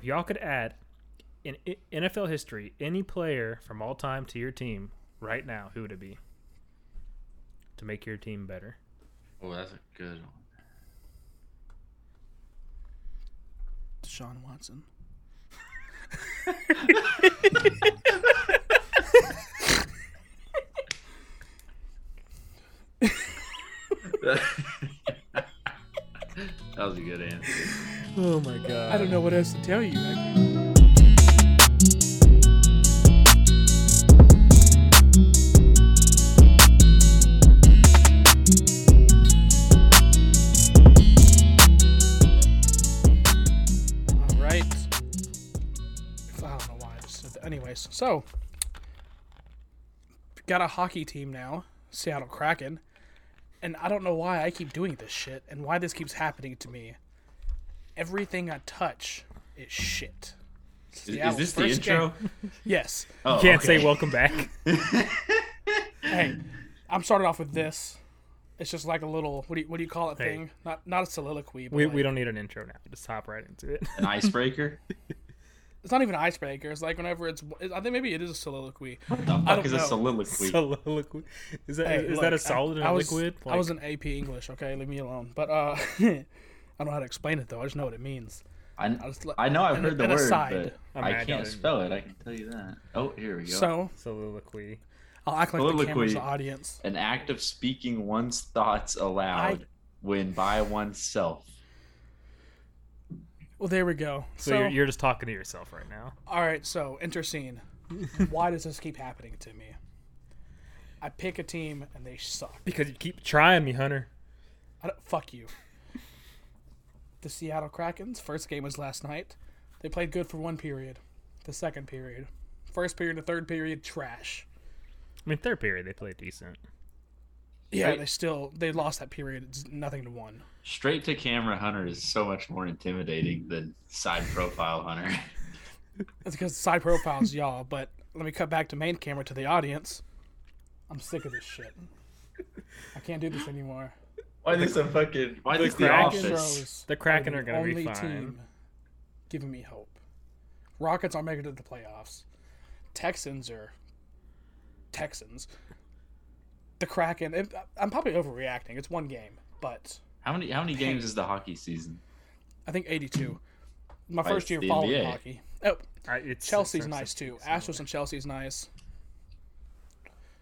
y'all could add in I- NFL history any player from all time to your team right now, who would it be? To make your team better. Oh, that's a good one. Deshaun Watson. that was a good answer. Oh my god. I don't know what else to tell you. I can't- All right. If- I don't know why I just said that. Anyways, so got a hockey team now, Seattle Kraken, and I don't know why I keep doing this shit and why this keeps happening to me. Everything I touch is shit. Is, Yeah, is this the well, first intro? Yes. Oh, Can't okay. say welcome back. hey, I'm starting off with this. It's just like a little what do you, what do you call it Hey. thing? Not not a soliloquy. But we, like- we don't need an intro now. Just hop right into it. An icebreaker? It's not even an icebreaker. It's like whenever it's. I think maybe it is a soliloquy. What the don't fuck is a know. soliloquy? Soliloquy. Is that Hey, is look, that I- a solid and I a was- liquid? I Like, was in AP English. Okay, leave me alone. But uh, I don't know how to explain it though. I just know what it means. I, I was like- I know I've an- heard the an word, aside. but I mean, I I can't don't- spell it. I can tell you that. Oh, here we go. So soliloquy. I'll act like the camera's Soliloquy. the audience. An act of speaking one's thoughts aloud when by oneself. Well, there we go. So, you're, you're just talking to yourself right now. All right, so enter scene. Why does this keep happening to me? I pick a team and they suck. Because you keep trying me, Hunter. I don't, fuck you. The Seattle Kraken's first game was last night. They played good for one period. The second period, first period, the third period, trash. I mean, third period they played decent. Yeah, Right. they still they lost that period. It's nothing to one. Straight to camera Hunter is so much more intimidating than side profile Hunter. That's because side profiles, y'all. But let me cut back to main camera to the audience. I'm sick of this shit. I can't do this anymore. Why is this a fucking? Why is this the Kraken office? The Kraken are gonna be fine. giving me hope. Rockets are making it to the playoffs. Texans are Texans. The Kraken. It, I'm probably overreacting. It's one game, but How many? How many games is the hockey season? I think 82. My Like first year the following NBA. hockey. Oh, I, it's, Chelsea's it's- nice too. Astros and Chelsea's nice.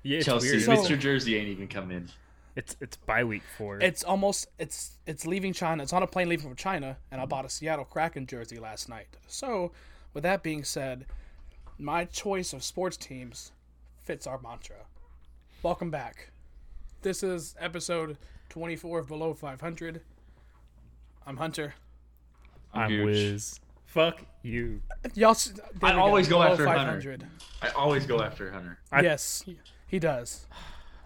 Yeah, it's Chelsea, weird. So- Mr. Jersey ain't even come in. It's it's bye week four. It's almost it's it's leaving China. It's on a plane leaving from China, and I bought a Seattle Kraken jersey last night. So, with that being said, my choice of sports teams fits our mantra. Welcome back. This is episode 24 of Below 500. I'm Hunter. I'm huge. Wiz. Fuck you. Y'all, s- there I we always go Below after Hunter. I always go after Hunter. I- yes, he does.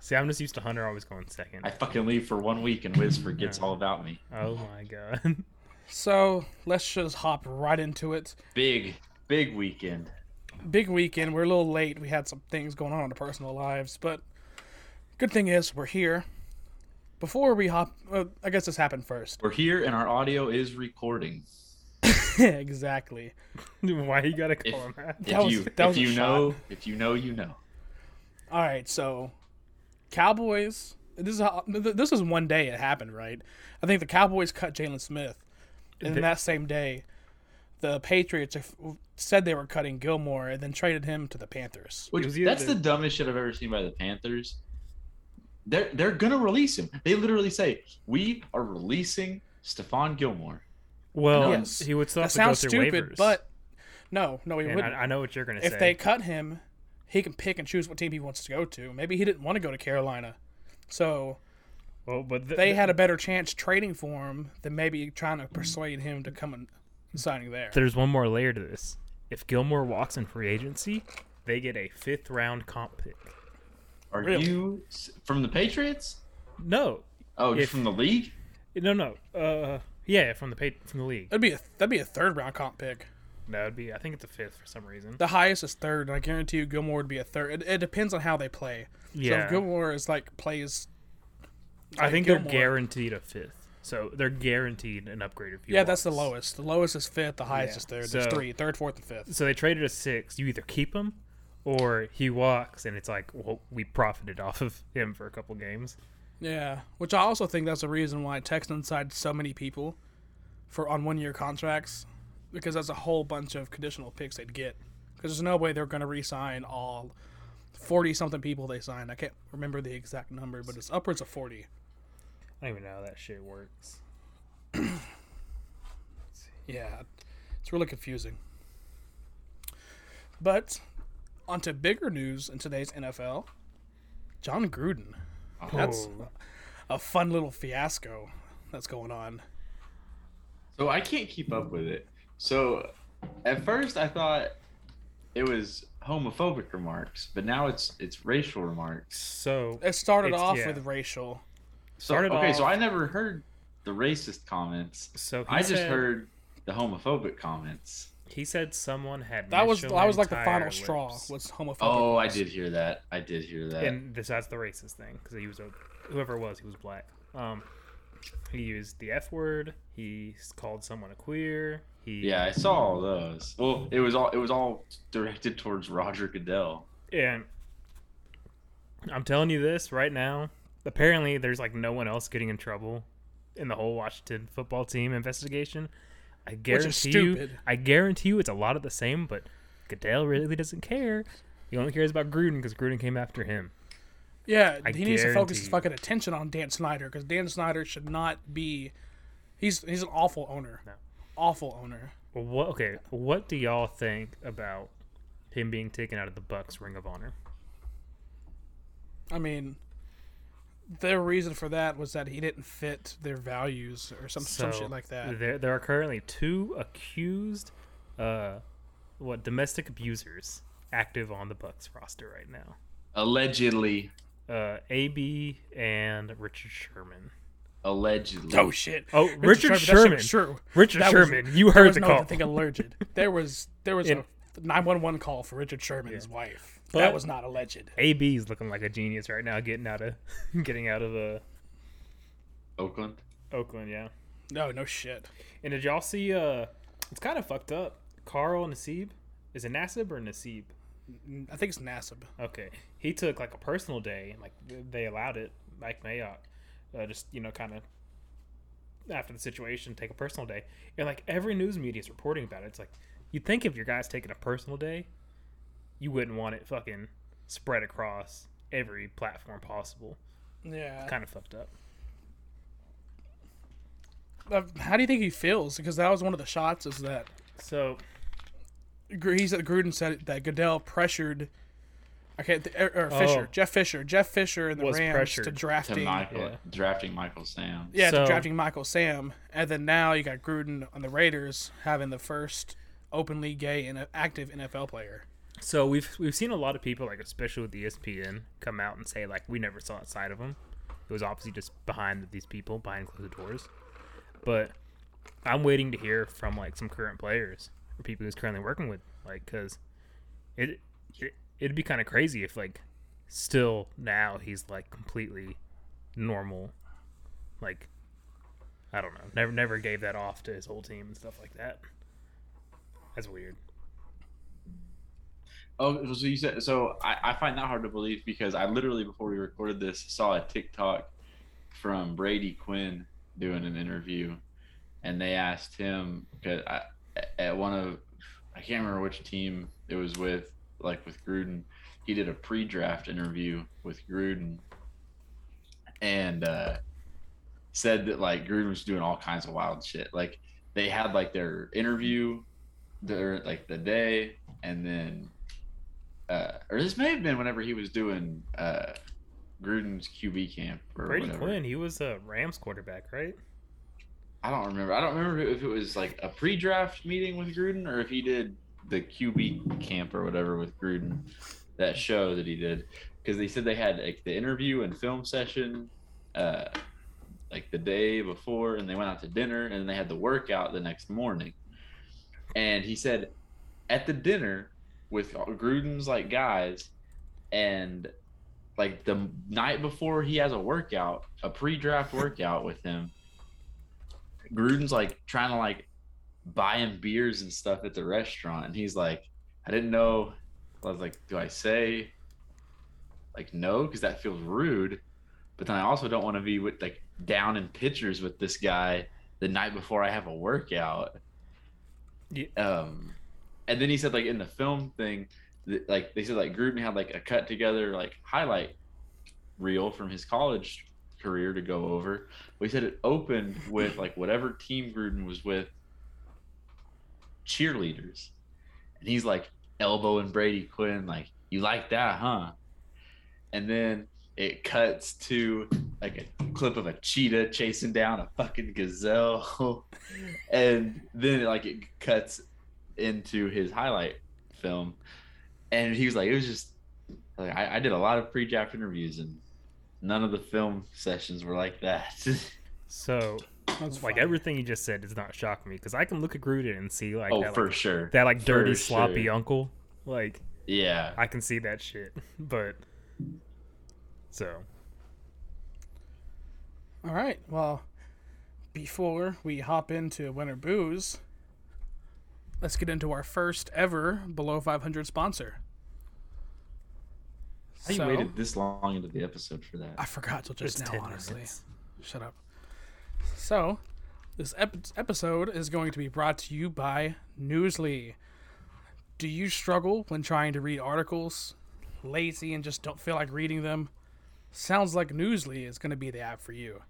See, I'm just used to Hunter always going second. I fucking leave for one week and Wiz forgets all about me. oh my god. So let's just hop right into it. Big, big weekend. big weekend. We're a little late. We had some things going on in our personal lives, but good thing is we're here. Before we hop, uh, I guess this happened first. We're here and our audio is recording. exactly. Why you gotta call If- him that? If That was- you that if was a you shot. know if you know you know. All right, so Cowboys. This is how, th- this is one day it happened, right? I think the Cowboys cut Jalen Smith, and then that same day, the Patriots said they were cutting Gilmore, and then traded him to the Panthers. Which It was either that's the- the dumbest shit I've ever seen by the Panthers. They're they're gonna release him. They literally say we are releasing Stephon Gilmore. Well, Yes. he would still have That to go sounds through stupid, waivers. but no, no, he and I, wouldn't. I know what you're gonna if say. they cut him, he can pick and choose what team he wants to go to. Maybe he didn't want to go to Carolina. So well, but th- they th- had a better chance trading for him than maybe trying to persuade him to come and signing there. There's one more layer to this. If Gilmore walks in free agency, they get a fifth round comp pick. Are Really? you s- from the Patriots? No, Oh, If- from the league? no, no. Uh, yeah, from the pay- from the league. That'd be a that'd be a third round comp pick. That would be. I think it's a fifth for some reason. The highest is third, and I guarantee you Gilmore would be a third. It, it depends on how they play. So Yeah. if Gilmore is like plays, I think Gilmore. they're guaranteed a fifth. So they're guaranteed an upgrade if you yeah, want. that's the lowest. The lowest is fifth. The highest Yeah. is third. So- There's three, third, fourth, and fifth. So they traded a six. You either keep him or he walks, and it's like, well, we profited off of him for a couple games. Yeah, which I also think that's the reason why Texans signed so many people for on one-year contracts because that's a whole bunch of conditional picks they'd get. Because there's no way they're going to re-sign all forty-something people they signed. I can't remember the exact number, but it's upwards of forty. I don't even know how that shit works. Yeah, it's really confusing. But onto bigger news in today's NFL. John Gruden. That's Oh. a fun little fiasco that's going on. So I can't keep up with it. So at first I thought it was homophobic remarks, but now it's it's racial remarks. So It started It's- off yeah. with racial. So Started okay, so off- I never heard the racist comments. so he I just said- heard the homophobic comments. he said someone had That was that Michelin was like the tire final lips. straw was homophobic. Oh, I laws. did hear that. I did hear that. and besides the racist thing because he was a, whoever it was he was black um he used the f word he s- called someone a queer he yeah, I saw all those. Well, it was all it was all directed towards Roger Goodell. and i'm telling you this right now apparently there's like no one else getting in trouble in the whole washington football team investigation i guarantee is you stupid. i guarantee you it's a lot of the same but goodell really doesn't care he only cares about gruden because gruden came after him Yeah, I he needs to focus his guarantee you. fucking attention on Dan Snyder because Dan Snyder should not be. He's he's an awful owner. No. Awful owner. Well, What okay? What do y'all think about him being taken out of the Bucks Ring of Honor? I mean, their reason for that was that he didn't fit their values or some some shit like that. There, there are currently two accused, uh, what domestic abusers active on the Bucks roster right now. Allegedly, Uh, AB and Richard Sherman. allegedly. Oh shit! Oh, Richard Sherman, Sherman. that shit was true. Richard That was- Sherman, you There heard was the no call. thing alleged. There was there was In- a nine one one call for Richard Sherman's wife. But- that was not alleged. AB is looking like a genius right now, getting out of, getting out of uh, Oakland. Oakland. Yeah. No, no shit. And did y'all see? Uh, it's kind of fucked up. Carl Nasib, is it Nasib or Nasib? I think it's Nasib. Okay, he took like a personal day, and like th- they allowed it. Mike Mayock, uh, just you know, kind of after the situation, take a personal day, and like every news media is reporting about it. It's like you'd think if your guy's taking a personal day, you wouldn't want it fucking spread across every platform possible. Yeah. Kind of fucked up. Uh, how do you think he feels? Because that was one of the shots. Is that So Gr- he's Gruden said that Goodell pressured. Okay, th- or, or Oh. Fisher, Jeff Fisher, Jeff Fisher, and the Was Rams to pressured To drafting. Michael yeah. drafting Michael Sam. yeah, So- to drafting Michael Sam, and then now you got Gruden on the Raiders having the first openly gay and active NFL player. So we've we've seen a lot of people, like especially with E ESPN, come out and say like we never saw that side of him. It was obviously just behind these people, behind closed doors. But I'm waiting to hear from like some current players or people he's currently working with, like because it, it it'd be kind of crazy if like still now he's like completely normal, like I don't know, never never gave that off to his whole team and stuff like that. That's weird. Oh, so you said so. I, I find that hard to believe because I literally before we recorded this saw a TikTok from Brady Quinn doing an interview, and they asked him because I at one of I can't remember which team it was with, like with Gruden, he did a pre-draft interview with Gruden, and uh, said that like Gruden was doing all kinds of wild shit. Like they had like their interview, their like the day, and then uh, or this may have been whenever he was doing uh, Gruden's QB camp or Brady whatever. Quinn, he was a Rams quarterback, right? I don't remember. I don't remember if it was like a pre-draft meeting with Gruden or if he did the QB camp or whatever with Gruden, that show that he did, because they said they had like the interview and film session, uh, like the day before, and they went out to dinner and they had the workout the next morning, and he said at the dinner with Gruden's like guys, and like the night before he has a workout, a pre-draft workout with him Gruden's like trying to like buy him beers and stuff at the restaurant, and he's like, I didn't know. I was like, do I say like no because that feels rude, but then I also don't want to be with like down in pictures with this guy the night before I have a workout. Yeah. Um, and then he said like in the film thing, th- like they said like Gruden had like a cut together like highlight reel from his college career to go over. We said it opened with like whatever team Gruden was with cheerleaders. And he's like elbowing Brady Quinn, like, you like that, huh? And then it cuts to like a clip of a cheetah chasing down a fucking gazelle. and then like it cuts into his highlight film. And he was like, it was just like I, I did a lot of pre draft interviews and none of the film sessions were like that. So, That's like fine. everything you just said does not shock me because I can look at Gruden and see like oh, that, for like, sure. that like dirty For sloppy sure. uncle. Like yeah. I can see that shit, but so All right. Well, before we hop into winter booze, let's get into our first ever below 500 sponsor. How you So- waited this long into the episode for that? I forgot till just it's now, ten honestly. minutes. Shut up. So, this ep- episode is going to be brought to you by Newsly. Do you struggle when trying to read articles? Lazy and just don't feel like reading them? Sounds like Newsly is going to be the app for you.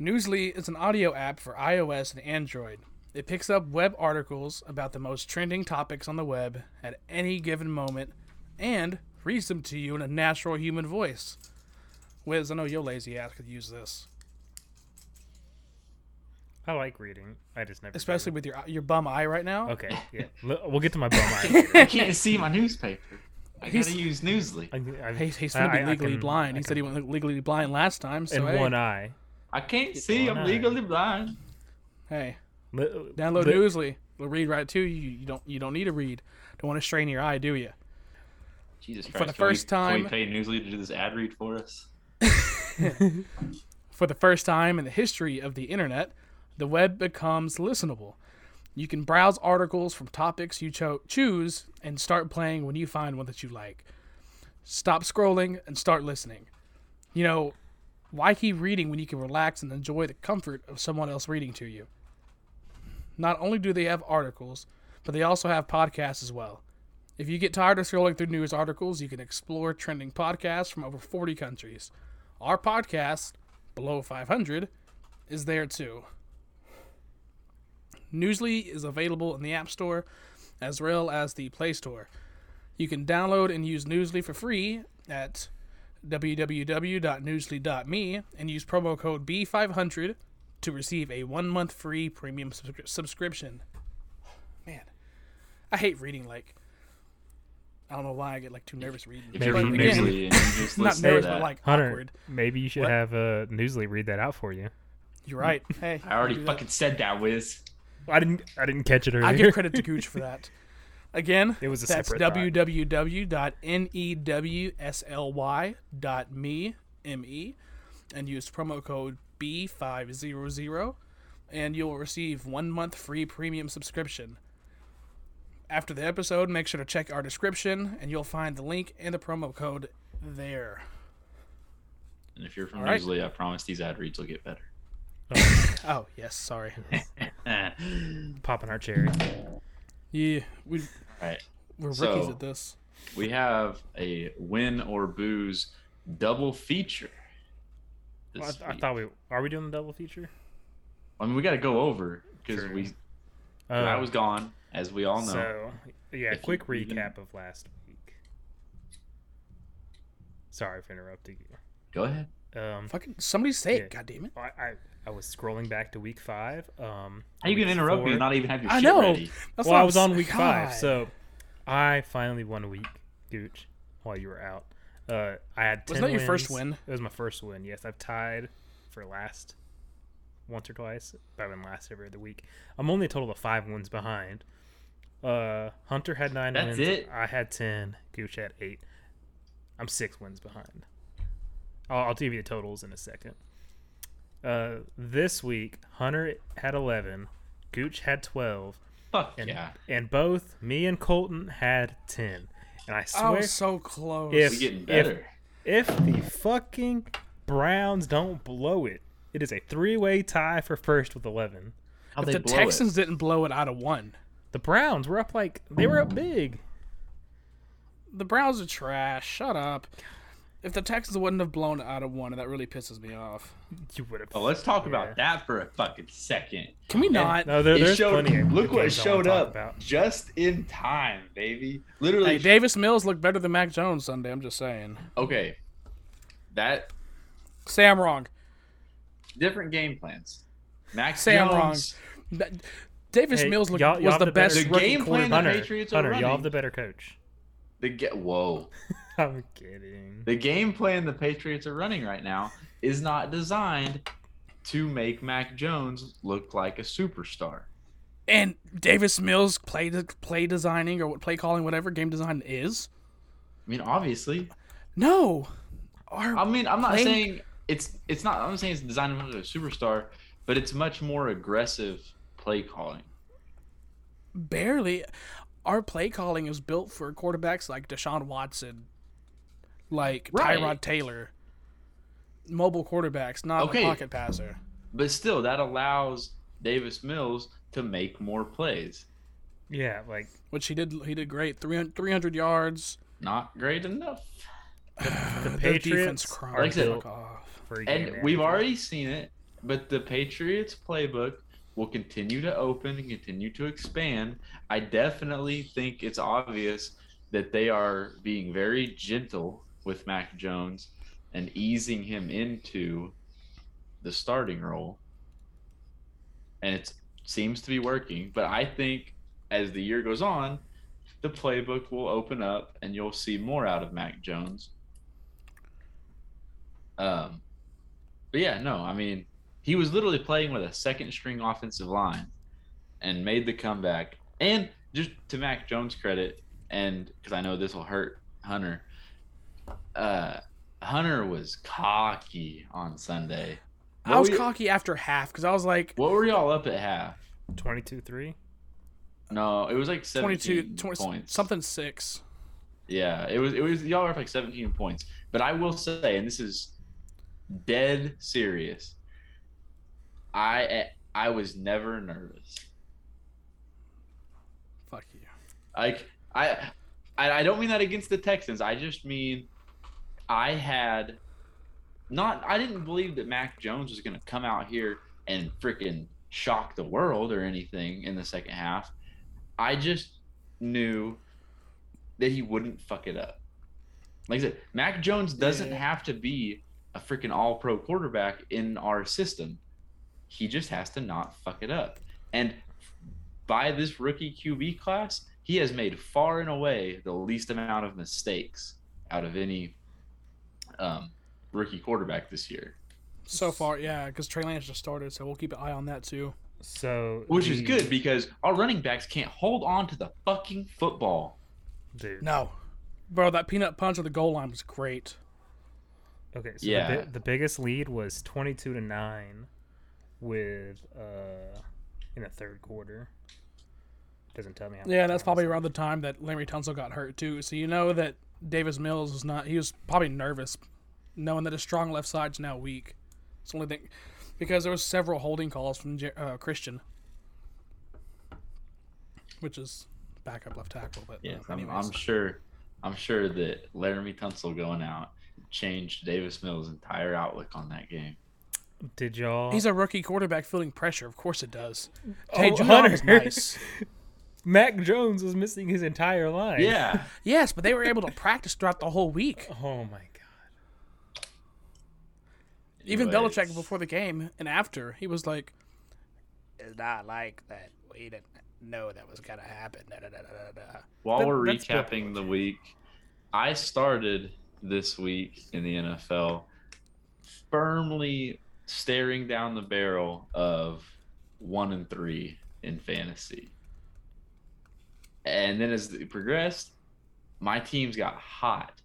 Newsly is an audio app for iOS and Android. It picks up web articles about the most trending topics on the web at any given moment and reads them to you in a natural human voice. Wiz, I know your lazy ass could use this, I like reading. I just never. do. especially with your your bum eye right now. Okay, yeah. L- We'll get to my bum eye. later. I can't see my newspaper. I He's- gotta use Newsly. I, I, He, he's gonna I- be I legally can- blind. I He said he can- went legally blind last time. So in hey, one eye. I can't see. one I'm eye. legally blind. hey, Li- download li- Newsly. It'll read right to you. You don't you don't need to read. Don't want to strain your eye, do you? Jesus Christ. the first can we, time- Can we pay Newsly to do this ad read for us? For the first time in the history of the internet, the web becomes listenable. You can browse articles from topics you cho- choose and start playing when you find one that you like. Stop scrolling and start listening. You know, why keep reading when you can relax and enjoy the comfort of someone else reading to you? Not only do they have articles, but they also have podcasts as well. If you get tired of scrolling through news articles, you can explore trending podcasts from over 40 countries. Our podcast, Below 500, is there too. Newsly is available in the App Store as well as the Play Store. You can download and use Newsly for free at www.newsly.me and use promo code B500 to receive a one month free premium subscri- subscription. Man, I hate reading like. I don't know why I get like too nervous reading. If you're Maybe we from can. Newsly and you just not listen nervous, to but that. like Hunter, awkward. maybe you should What? have uh, Newsly read that out for you. You're right. Hey, I already do that. fucking said that, Wiz. I didn't. I didn't catch it earlier. I give credit to Gooch for that. Again, It was a that's separate thought. www.newsly.me M-E, E, and use promo code B500 and you'll receive one month free premium subscription. After the episode, make sure to check our description and you'll find the link and the promo code there. And if you're from All right. Newsly, I promise these ad reads will get better. Oh, yes, sorry. Eh. popping our cherry. Yeah, we, All right. we're rookies So- at this. we have a win or booze double feature. This Well, I, I week. thought we are we doing the double feature? I mean, we got to go over because True. we Uh, I was gone, as we all know. So yeah, If you quick even- recap of last week. Sorry for interrupting you. go ahead. Um, Fucking somebody say Yeah. it, goddammit. I, I I was scrolling back to week five. Um, How you week gonna interrupt me four. and not even have your I shit know. ready? That's well, what I I'm was on s- week five, God. so I finally won a week, Gooch, while you were out. Uh, I had 10 Wasn't that your first wins. win? It was my first win. Yes, I've tied for last once or twice. but I've been last every other week. I'm only a total of five wins behind. Uh, Hunter had nine That's wins. it? I had ten. Gooch had eight. I'm six wins behind. I'll, I'll give you the totals in a second. Uh, this week, Hunter had 11, Gooch had 12, Fuck and, yeah. and both me and Colton had 10. And I I swear, was so close. If- We getting if- better. if the fucking Browns don't blow it, it is a three way tie for first with 11. How if the Texans didn't blow it out of one, The Browns were up like, they were up big. the Browns are trash. Shut up. If the Texans wouldn't have blown it out of one, that really pisses me off. You would have. Oh, let's talk Yeah. about that for a fucking second. Can we not? No, there, it there's showed, plenty. Of look what games I wanna showed talk up About. just in time, baby. Literally. Hey, Davis Mills looked better than Mac Jones Sunday. I'm just saying. okay, that Say I'm wrong. different game plans. Max Say I'm wrong. Jones, That- Davis Hey, Mills looked, y'all- y'all was have the, the better- best. the rookie game plan the Hunter, Patriots are Hunter, y'all running. have the better coach. the get whoa. I'm kidding. The game plan the Patriots are running right now is not designed to make Mac Jones look like a superstar. and Davis Mills play play designing or what play calling, whatever game design is. I mean, obviously. No, our I mean, I'm not Play- saying it's it's not. I'm not saying it's designed to make him a superstar, but it's much more aggressive play calling. barely our play calling is built for quarterbacks like Deshaun Watson, like Right. Tyrod Taylor, mobile quarterbacks, not Okay. a pocket passer. But still, that allows Davis Mills to make more plays. Yeah, like Which he did. He did great. 300, 300 yards. Not great enough. the Their defense Patriots cried are Like I said- built fuck off. for game And we've management. already seen it, but the Patriots playbook will continue to open and continue to expand. I definitely think it's obvious that they are being very gentle with Mac Jones and easing him into the starting role. And it seems to be working, but I think as the year goes on, the playbook will open up and you'll see more out of Mac Jones. Um, but yeah, no, I mean, he was literally playing with a second string offensive line and made the comeback. And just to Mac Jones' credit, and because I know this will hurt Hunter, uh, Hunter was cocky on Sunday. I What was were y- cocky after half because I was like What were y'all up at half? 22-3. No, it was like 22, 17 20, points. something six. Yeah, it was it was y'all were up like 17 points. But I will say, and this is dead serious, I I was never nervous. Fuck you. Like I, I I don't mean that against the Texans. I just mean I had not I didn't believe that Mac Jones was gonna come out here and freaking shock the world or anything in the second half. I just knew that he wouldn't fuck it up. Like I said, Mac Jones doesn't Yeah. have to be a freaking all pro quarterback in our system. He just has to not fuck it up. And by this rookie QB class, he has made far and away the least amount of mistakes out of any um, rookie quarterback this year, So far, yeah, because Trey Lance just started, so we'll keep an eye on that too. So which is the- Mm. good because our running backs can't hold on to the fucking football. Dude. No, bro, that peanut punch on the goal line was great. Okay, so Yeah. the, bi- the biggest lead was 22 to 9 with uh in the third quarter. Doesn't tell me how. Yeah, much that's time probably it's- around the time that Larry Tunsil got hurt too. So you know that Davis Mills was not. He was probably nervous, knowing that his strong left side's now weak. It's the only thing, because there was several holding calls from Jer- uh, Christian, which is backup left tackle. But Yes, uh, I'm, anyways. I'm sure. I'm sure that Laramie Tunsil going out changed Davis Mills' entire outlook on that game. Did y'all He's a rookie quarterback feeling pressure. Of course it does. Hey, Judon Hunter. was nice. Mac Jones was missing his entire line. Yeah, Yes, but they were able to practice throughout the whole week. Oh my god. Even Anyways. Belichick before the game and after, he was like, "It's not like that. We didn't know that was gonna happen." Da, da, da, da, da, da. While That- we're that's good. recapping the week, I started this week in the NFL firmly staring down the barrel of one and three in fantasy. And then as it progressed, my teams got hot.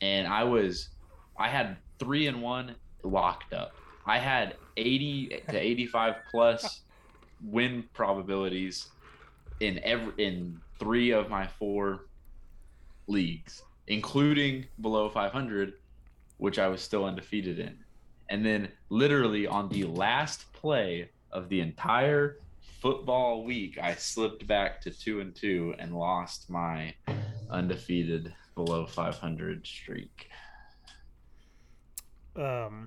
And I was I had three and one locked up. I had 80 to 85 plus win probabilities in every in three of my four leagues, including below 500, which I was still undefeated in. And then, literally on the last play of the entire football week, I slipped back to two and two and lost my undefeated below 500 streak. Um,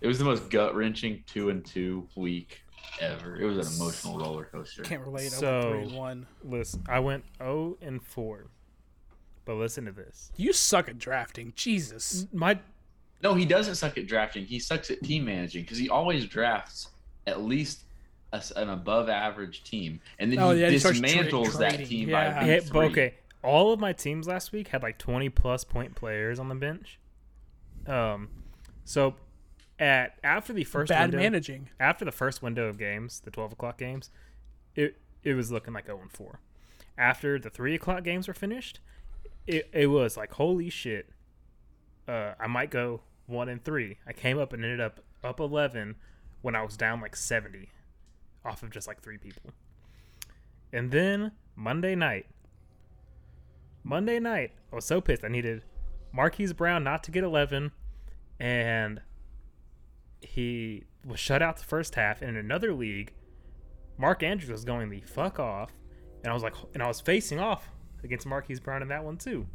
It was the most gut wrenching two and two week ever. It was an emotional roller coaster. Can't relate. I went So- three and one. listen, I went 0 and 4. But listen to this. You suck at drafting. Jesus. My No, he doesn't suck at drafting. He sucks at team managing because he always drafts at least a s an above average team, and then Oh, he yeah, he starts tra- dismantles that trading. team Yeah. by Yeah, week but three. okay. All of my teams last week had like 20 plus point players on the bench. Um, so at after the first Bad window, managing. after the first window of games, the 12 o'clock games, it it was looking like 0 and 4. After the 3 o'clock games were finished, it, it was like, holy shit, uh, I might go 1 and 3. I came up and ended up up 11 when I was down like 70 off of just like three people. And then Monday night, Monday night, I was so pissed. I needed Marquise Brown not to get 11, and he was shut out the first half. And in another league, Mark Andrews was going the fuck off, and I was like, and I was facing off against Marquise Brown in that one too.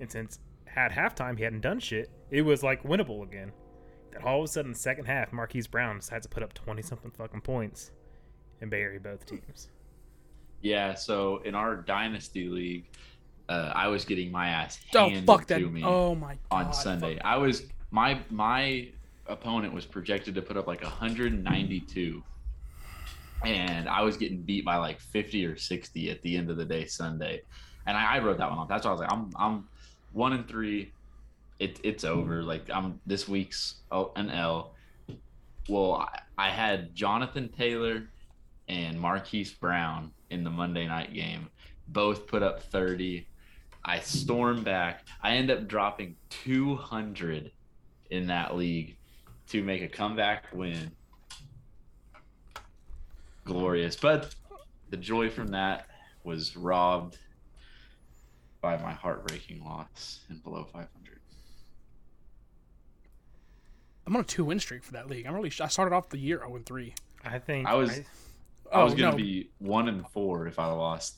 And since at halftime he hadn't done shit, it was like winnable again. Then all of a sudden, second half, Marquise Brown decides to put up twenty something fucking points and bury both teams. Yeah, so in our dynasty league, uh, I was getting my ass Oh handed fuck that. to me Oh my god. on Sunday. I was my my opponent was projected to put up like 192, and I was getting beat by like 50 or 60 at the end of the day Sunday, and I, I wrote that one off. That's why I was like, I'm I'm one and three. It, it's over. Like I'm this week's oh, an L. Well, I, I had Jonathan Taylor and Marquise Brown in the Monday night game. Both put up 30. I storm back. I end up dropping 200 in that league to make a comeback win. Glorious. But the joy from that was robbed by my heartbreaking loss in below 500. I'm on a two win streak for that league. I'm really. I started off the year 0 and 3. I think I was- Oh I was going no, to be 1 and 4 if I lost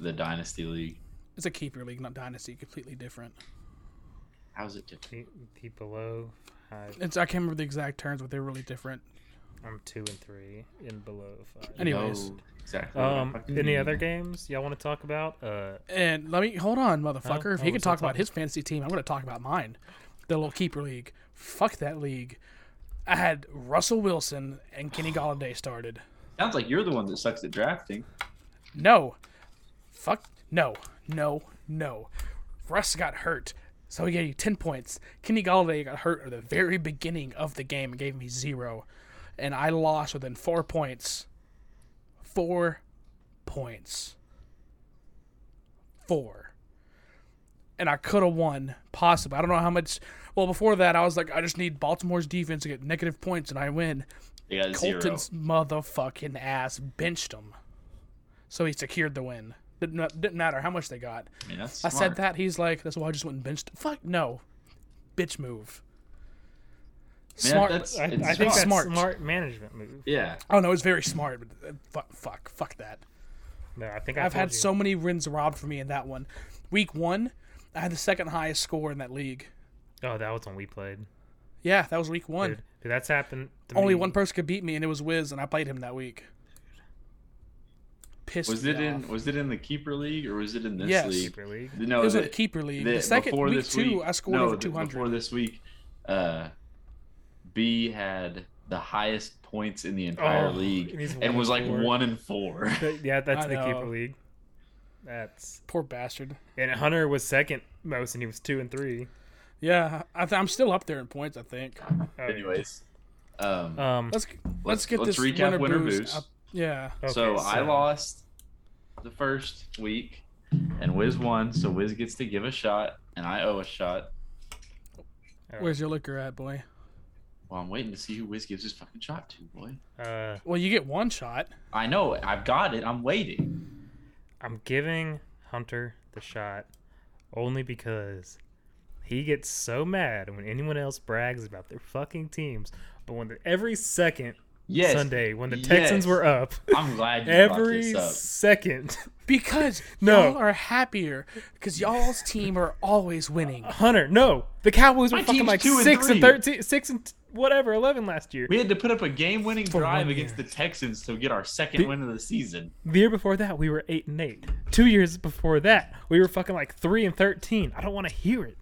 the Dynasty League. it's a keeper league, not dynasty. Completely different. How's it different? the, the below five. It's I can't remember the exact terms, but they're really different. I'm two and three in below five. Anyways. No, exactly. what I Um, fucking any mean. other games y'all want to talk about? Uh, And let me hold on, motherfucker. Huh? if Oh, he we're still can talk about talking. his fantasy team, I'm going to talk about mine. The little keeper league. Fuck that league. I had Russell Wilson and Kenny Galladay started. Sounds like you're the one that sucks at drafting. No. Fuck. No. No. No. Russ got hurt. So he gave you 10 points. Kenny Galladay got hurt at the very beginning of the game and gave me zero. And I lost within four points. Four points. Four. And I could have won, possibly. I don't know how much. Well, before that, I was like, I just need Baltimore's defense to get negative points, and I win. They got zero. Colton's motherfucking ass benched him. So he secured the win. Didn't, ma- didn't matter how much they got. I, mean, that's I smart. said that. He's like, that's why I just went and benched. Fuck no. Bitch move. Man, Smart. that's- I, I it's think smart. that's Smart. smart. management move. Yeah. I don't know. It's very smart. But uh, fuck, fuck, fuck that. No, I think I I've told had you. so many wins robbed from me in that one. Week one, I had the second highest score in that league. Oh, that was when we played. Yeah, that was week one. Dude, dude, that's happened. To Only me. one person could beat me, and it was Wiz, and I played him that week. Pissed Was me it in off. was it in the keeper league or was it in this Yes. league? Super League. No, It was in the- the keeper league. the- The second before week this two, week- I scored no, over the- two Before hundred. this week, uh, B had the highest points in the entire Oh, league and he's one and was and like four. one and four. But yeah, that's I the keeper know. league. That's Poor bastard. and Hunter was second most, and he was two and three. Yeah, I th- I'm still up there in points. I think. Oh, yeah. Anyways, um, um, Let's Uh, let's get let's this recap winner, winner boost. boost. up. Yeah, okay, so I lost the first week, and Wiz won, so Wiz gets to give a shot, and I owe a shot. Yeah. where's your liquor at, boy? Well, I'm waiting to see who Wiz gives his fucking shot to, boy. Uh, Well, you get one shot. I know. it. I've got it. I'm waiting. I'm giving Hunter the shot only because he gets so mad when anyone else brags about their fucking teams. But when the, every second Yes. Sunday, when the Texans Yes. were up, I'm glad you brought every this up. second, Because No. y'all are happier because y'all's team are always winning. Hunter, no, the Cowboys were My fucking team's like two and six and three. thirteen, six and t- whatever, eleven last year. We had to put up a game-winning drive one against the Texans to get our second win of the season. The year before that, we were eight and eight. Two years before that, we were fucking like three and thirteen. I don't want to hear it.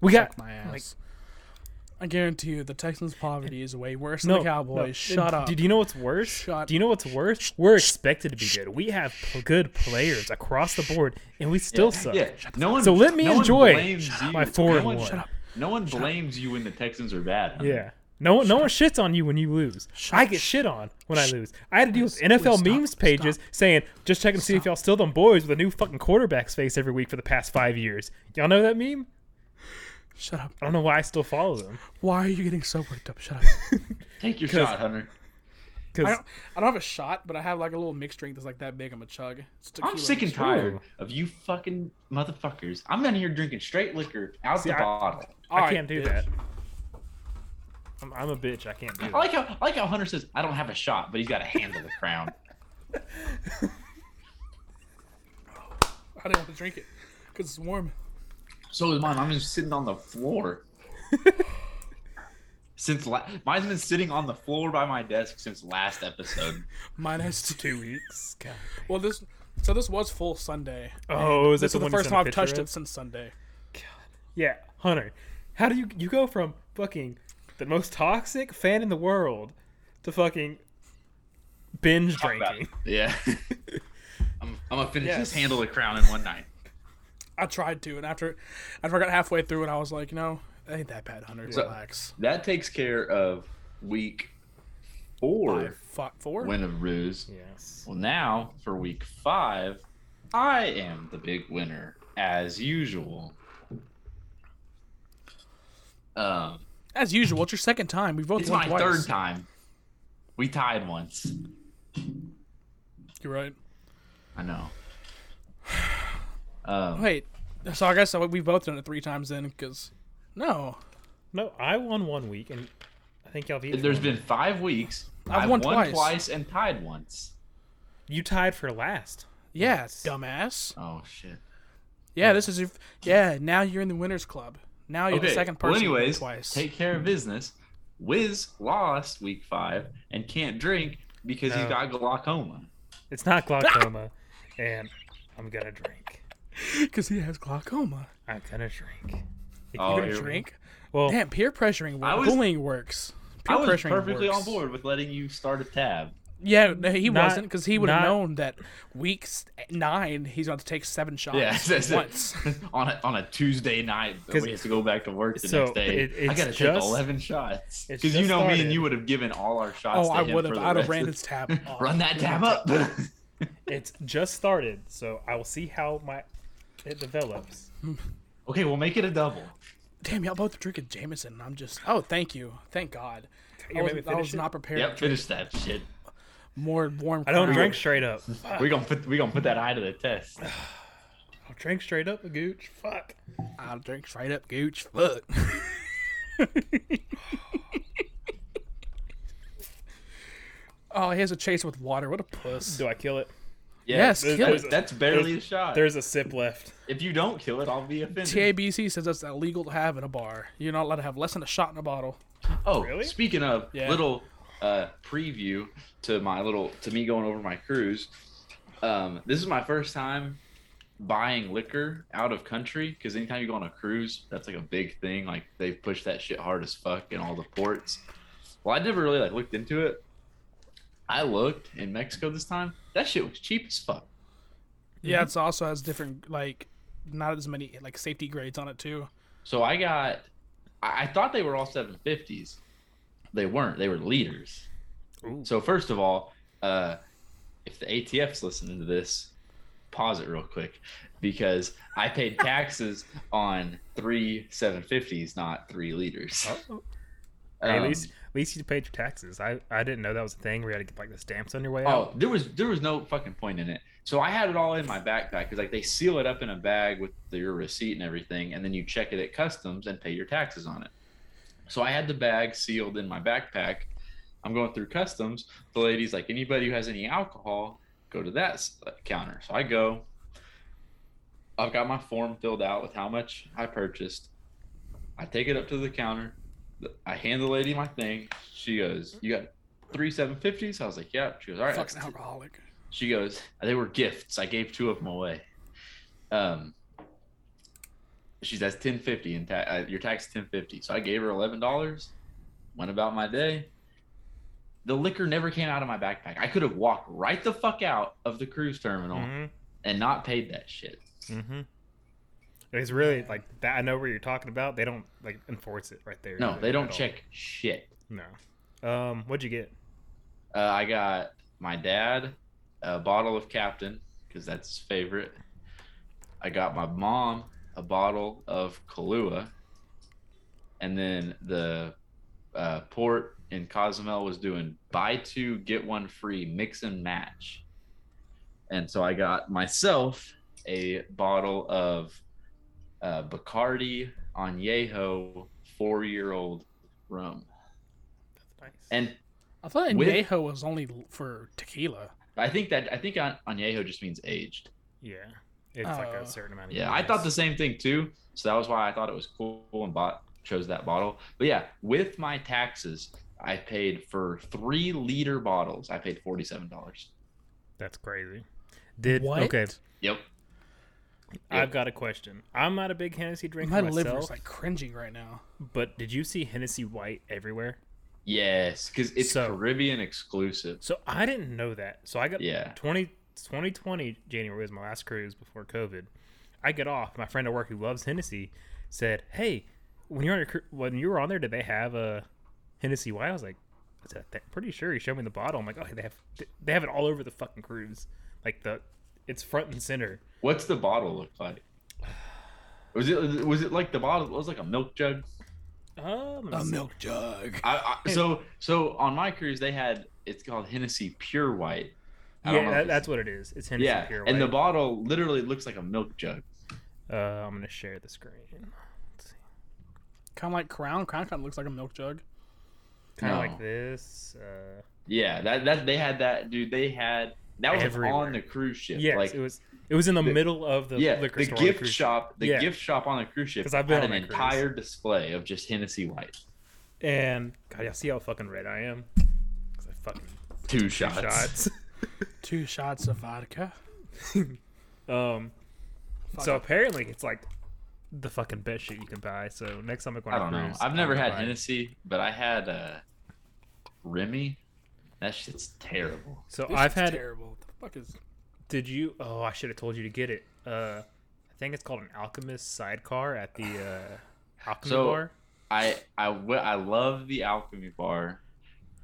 We got Fuck my like, ass. I guarantee you, the Texans' poverty is way worse than no the Cowboys. no. Shut Do- up. Do you know what's worse? Shut- Do you know what's worse? We're expected to be good. We have p- good players across the board, and we still suck. Yeah. No one. So let me no one enjoy blames you. my four no and one, one. Shut up. No one blames you when the Texans are bad. huh? Yeah. No one, no one shits on you when you lose. I get shit on when I lose. I had to deal with NFL please stop, memes pages saying, "Just checking to see if y'all still them boys with a new fucking quarterback's face every week for the past five years." Y'all know that meme? Shut up. I don't know why I still follow them. Why are you getting so worked up? Shut up. Take your shot, Hunter. I Because don't, I don't have a shot, but I have like a little mixed drink that's like that big. I'm a chug. It's I'm tequila sick and mixed drink. tired of you fucking motherfuckers. I'm down here drinking straight liquor out the I- bottle. I Alright, can't do bitch. that. I'm, I'm a bitch. I can't do I that. Oh. like how I like how Hunter says I don't have a shot, but he's got a hand of the crown. I didn't want to drink it because it's warm. So is mine. I'm just sitting on the floor. since la- mine's been sitting on the floor by my desk since last episode. Mine has two. weeks. God. Well, this so this was full Sunday. Oh, is that This the, is the one first time I've touched it? it since Sunday. Yeah, Hunter, how do you you go from fucking the most toxic fan in the world to fucking binge drinking? Yeah. I'm, I'm gonna finish Yes. this handle of crown in one night. I tried to, and after after I got halfway through it, I was like, no, it ain't that bad, Hunter. So- Relax. That takes care of week four I fought for. win of ruse. Yes. Well, now for week five, I am the big winner as usual. Um, As usual, it's your second time. We both it's won my twice. third time. We tied once. You're right. I know. Um, Wait, so I guess we've both done it three times then, because no, No, I won one week, and I think y'all have each there's won. been five weeks. I've won twice. and tied once. you tied for last. yeah, dumbass. Oh shit. Yeah, this is your. Yeah, now you're in the winners club. Now you're the second person. Well, to win anyways, twice. take care of business. Wiz lost week five and can't drink because he's No. got glaucoma. It's not Ah! glaucoma, and I'm gonna drink. because he has glaucoma. I'm gonna drink. If you- Oh, You're gonna here we- drink. well, Damn, peer pressuring I works. was- Bullying works. I Peer was pressuring perfectly works. on board with letting you start a tab. Yeah, no, he Not- wasn't because he would have not- known that week s- nine he's going to take seven shots Yeah, that's it. Oh, once. on a, on a Tuesday night, but 'Cause- we have to go back to work the so, next day. it- I it's gotta take just- eleven shots it's because you just know me started. and you would have given all our shots. Oh, to I him would for have. the I'd have rest ran of- his tab. Oh, up. Run that tab up. it's just started, so I will see how my it develops. okay, we'll make it a double. Damn, y'all both are drinking Jameson. and I'm just. Oh, thank you, thank God. I gonna was, make me I finish was it? not prepared. Yep, to drink finish that shit. more warm. I don't Crown. drink straight up. We gonna put we gonna put that eye to the test. I'll drink straight up, Gooch. Fuck. I'll drink straight up gooch. Fuck. oh, he has a chase with water. What a puss. Do I kill it? Yes, that's, kill that's- it. that's barely a shot. There's a sip left. If you don't kill it, I'll be offended. TABC says that's illegal to have in a bar. You're not allowed to have less than a shot in a bottle. oh, Really? speaking of Yeah. little uh, preview to my little to me going over my cruise. Um, this is my first time buying liquor out of country because anytime you go on a cruise, that's like a big thing. Like they've pushed that shit hard as fuck in all the ports. Well, I never really like looked into it. I looked in Mexico this time. That shit was cheap as fuck. Yeah, it's also has different like not as many like safety grades on it too. So I got. I I thought they were all 750s. They weren't. They were leaders. Ooh. So first of all, uh, if the ATF's listening to this, pause it real quick because I paid Oh, taxes on three 750s, not three liters. Hey, at Um, least, at least you paid your taxes. I, I didn't know that was a thing where you had to get like the stamps on your way out. Oh, there was there was no fucking point in it. So I had it all in my backpack because like they seal it up in a bag with the, your receipt and everything, and then you check it at customs and pay your taxes on it. So I had the bag sealed in my backpack. I'm going through customs. The lady's like, anybody who has any alcohol, go to that s- uh, counter. So I go. I've got my form filled out with how much I purchased. I take it up to the counter. I hand the lady my thing. She goes, "You got three seven fifties? I was like, "Yeah." She goes, "All right." Fucking alcoholic. She goes, they were gifts. I gave two of them away. Um, she says ten fifty and ta- uh, your tax ten fifty. So I gave her eleven dollars. Went about my day. The liquor never came out of my backpack. I could have walked right the fuck out of the cruise terminal Mm-hmm. and not paid that shit. Mm-hmm. It's really like that. I know where you're talking about. They don't like enforce it right there. No, either they don't at all. check shit. No. Um, what'd you get? Uh, I got my dad a bottle of Captain because that's his favorite. I got my mom a bottle of Kahlua, and then the uh, port in Cozumel was doing buy two get one free mix and match, and so I got myself a bottle of uh, Bacardi Añejo four year old rum, That's nice. and I thought With- añejo was only l- for tequila. I think that I think An- añejo just means aged. yeah, it's like Oh. a certain amount of. Yeah, I thought the years. same thing too. So that was why I thought it was cool and bought chose that bottle. But yeah, with my taxes, I paid for three liter bottles. I paid forty seven dollars. That's crazy. Did What? okay? Yep. I've got a question. I'm not a big Hennessy drinker My myself, liver's like cringing right now. but did you see Hennessy White everywhere? Yes, because it's So- Caribbean exclusive. So I didn't know that. So I got Yeah. 20, 2020 January was my last cruise before COVID. I get off. My friend at work who loves Hennessy said, "Hey, when you're on your cru- when you were on there, did they have a Hennessy White?" I was like, "What's that thing?" Pretty sure he showed me the bottle. I'm like, "Oh, they have they have it all over the fucking cruise. Like the it's front and center." What's the bottle look like? Was it was it like the bottle? It was like a milk jug. Um, let me A see. milk jug. I, I, so so on my cruise they had it's called Hennessy Pure White. I yeah, don't know if that, it's- that's what it is. It's Hennessy yeah, Pure White. and the bottle literally looks like a milk jug. uh, I'm gonna share the screen. Kind of like Crown. Crown kind of looks like a milk jug. Kind of No. like this. Uh, Yeah, that that they had that dude. They had that was Everywhere. on the cruise ship. yes, like it was. It was in the, the- middle of the yeah, liquor the store on gift cruise ship. shop. The Yeah. gift shop on the cruise ship 'Cause I've been had on an that cruise. entire display of just Hennessy White, And God, y'all see how fucking red I am? 'Cause I fucking two shots. shots. Two shots of vodka. um, Fuck so it. apparently it's like the fucking best shit you can buy. So next time I go on I a don't know. cruise, I've I'm never gonna had buy it. Hennessy, but I had uh, Remy. That shit's terrible. So This I've is had. terrible. What the fuck is? Did you? Oh, I should have told you to get it. Uh, I think it's called an Alchemist Sidecar at the uh, Alchemy So- Bar. I I w- I love the Alchemy Bar,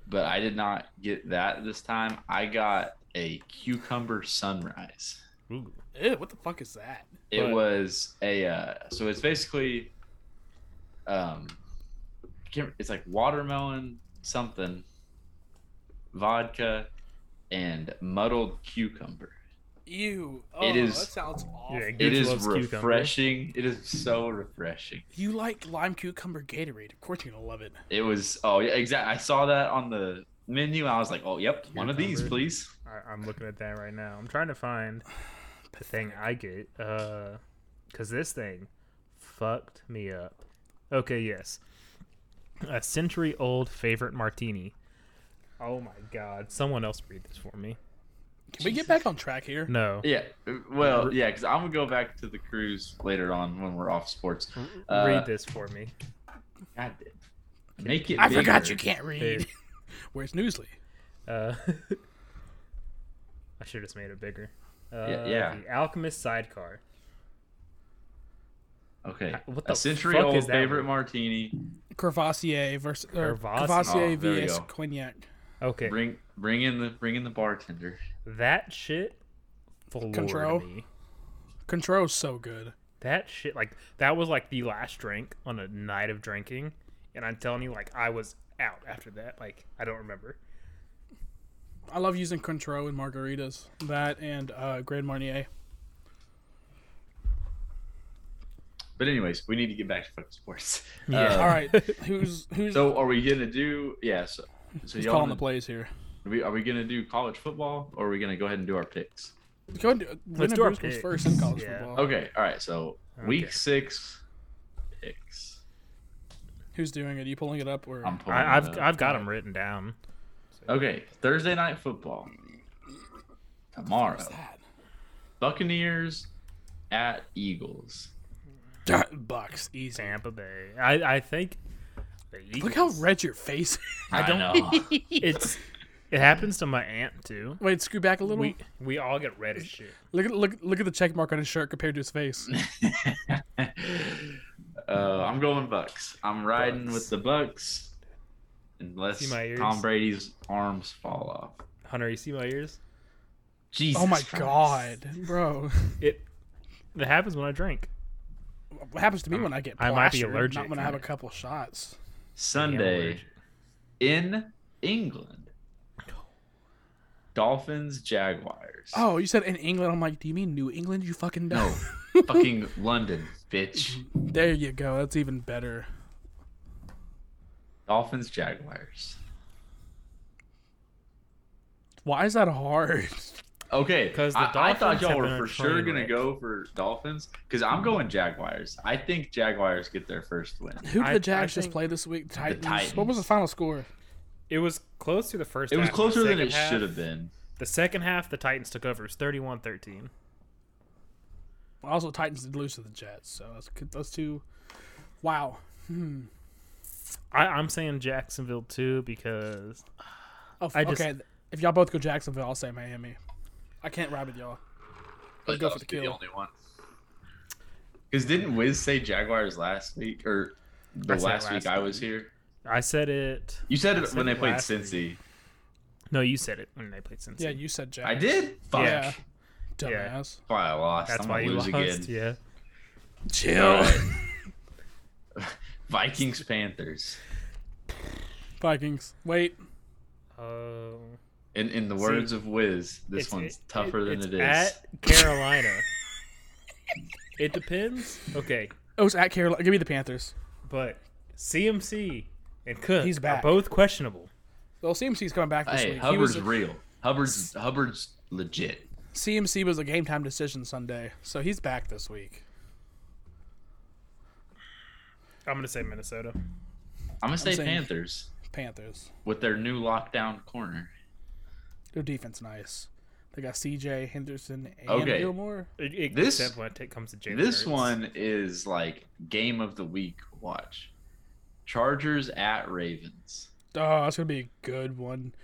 but I did not get that this time. I got a cucumber sunrise. Ooh. Ew, what the fuck is that? It But- was a uh, so it's basically um can't- it's like watermelon something vodka and muddled cucumber. Ew. Oh, It is- That sounds awful. Yeah, It Gooch is loves cucumber. refreshing. It is so refreshing. You like lime cucumber Gatorade? Of course you're gonna love it. It was oh yeah exactly. I saw that on the menu. I was like, oh yep, one of these, Cucumber. please. I, I'm looking at that right now. I'm trying to find the thing I get. Uh, cause this thing fucked me up. Okay, yes, a century-old favorite martini. Oh my god! Someone else read this for me. Can we get back on track here? No, Yeah, uh, well, yeah, because I'm gonna go back to the cruise later on when we're off sports. R- Uh, read this for me. God, make it. I forgot bigger. you can't read. Big. Where's Newsly? Uh, I should have just made it bigger. Uh, yeah. The Alchemist sidecar. Okay. Uh, what a the century fuck old is that favorite one? martini. Crevassier versus or Crevassier. Oh, Crevassier there we vs go. Cognac. Okay, Bring bring in the bring in the bartender. that shit floored Control. me. Control's so good. That shit, like that was like the last drink on a night of drinking, and I'm telling you, like I was out after that. Like I don't remember. I love using Contro and margaritas. That and uh, Grand Marnier. But anyways, we need to get back to fucking sports. Yeah. Uh, All right, who's who's So are we gonna do? Yeah. So, so who's y'all calling the wanna- plays here? Are we, are we gonna do college football or are we gonna go ahead and do our picks? Go ahead, and do- Let's Winner do our Bruce was picks. first in college Yeah. football. Okay. All right. So week Okay. six picks. Who's doing it? Are you pulling it up or? I'm pulling. I, I've it up. I've got them written down. Okay, Thursday night football tomorrow. What's that? Buccaneers at Eagles. Bucks, easy. Tampa Bay. I I think. the Look how Eagles- red your face. I, don't- know. it's. It happens to my aunt too. Wait, screw back a little. We we all get red as shit. Look at look look at the check mark on his shirt compared to his face. uh, I'm going Bucks. I'm riding Bucks. with the Bucks, unless See my ears? Tom Brady's arms fall off. Hunter, you see my ears? Jesus. oh my Christ. god, bro! It. That happens when I drink. What happens to me when I get? I Plastered, might be allergic. Not when I have a couple shots. Sunday allergic. in England. Dolphins Jaguars. Oh, you said in England. I'm like, do you mean New England? You fucking No, know. fucking London, bitch. There you go. That's even better. Dolphins Jaguars. Why is that hard? Okay, 'Cause the I, I Dolphins thought y'all have were been a for sure train gonna wreck. go for Dolphins because I'm going Jaguars. I think Jaguars get their first win. Who did I- the Jags I just think- play this week? Titans? What Titans. was the final score? It was close to the first. It was half. The closer than second it half- should have been. The second half, the Titans took over. It was 31-13. Also, Titans did lose to the Jets, so that's those two. Wow. I, I'm saying Jacksonville too because Oh, I just- okay. If y'all both go Jacksonville, I'll say Miami. I can't ride with y'all. But go that for was the kill. only one. Because didn't Wiz say Jaguars last week or the I last, said week last I was here? I said it. You said it said when they it played last week. Cincy. No, you said it when they played Cincy. Yeah, you said Jags. I did. Fuck. Yeah. Dumbass. Yeah. That's why I lost. That's I'm why gonna you lose lost. again. Yeah. Chill. Alright. Vikings Panthers. Vikings. Wait. Oh. In in the words of Wiz, this It's- one's it- tougher than it's it is. At Carolina. it depends. Okay, Oh, it's at Carolina. Give me the Panthers. but CMC and Cook He's back. are both questionable. Well, CMC's coming back this Hey, week. Hubbard's he was, real. Hubbard's Hubbard's legit. CMC was a game time decision Sunday, so he's back this week. I'm gonna say Minnesota. I'm gonna say saying- Panthers Panthers. with their new lockdown corner. Their defense nice. They got CJ Henderson and Okay. Gilmore. It, it, This- except when it comes to Jalen. This Hurts. one is like game of the week. Watch, Chargers at Ravens. Oh, that's gonna be a good one.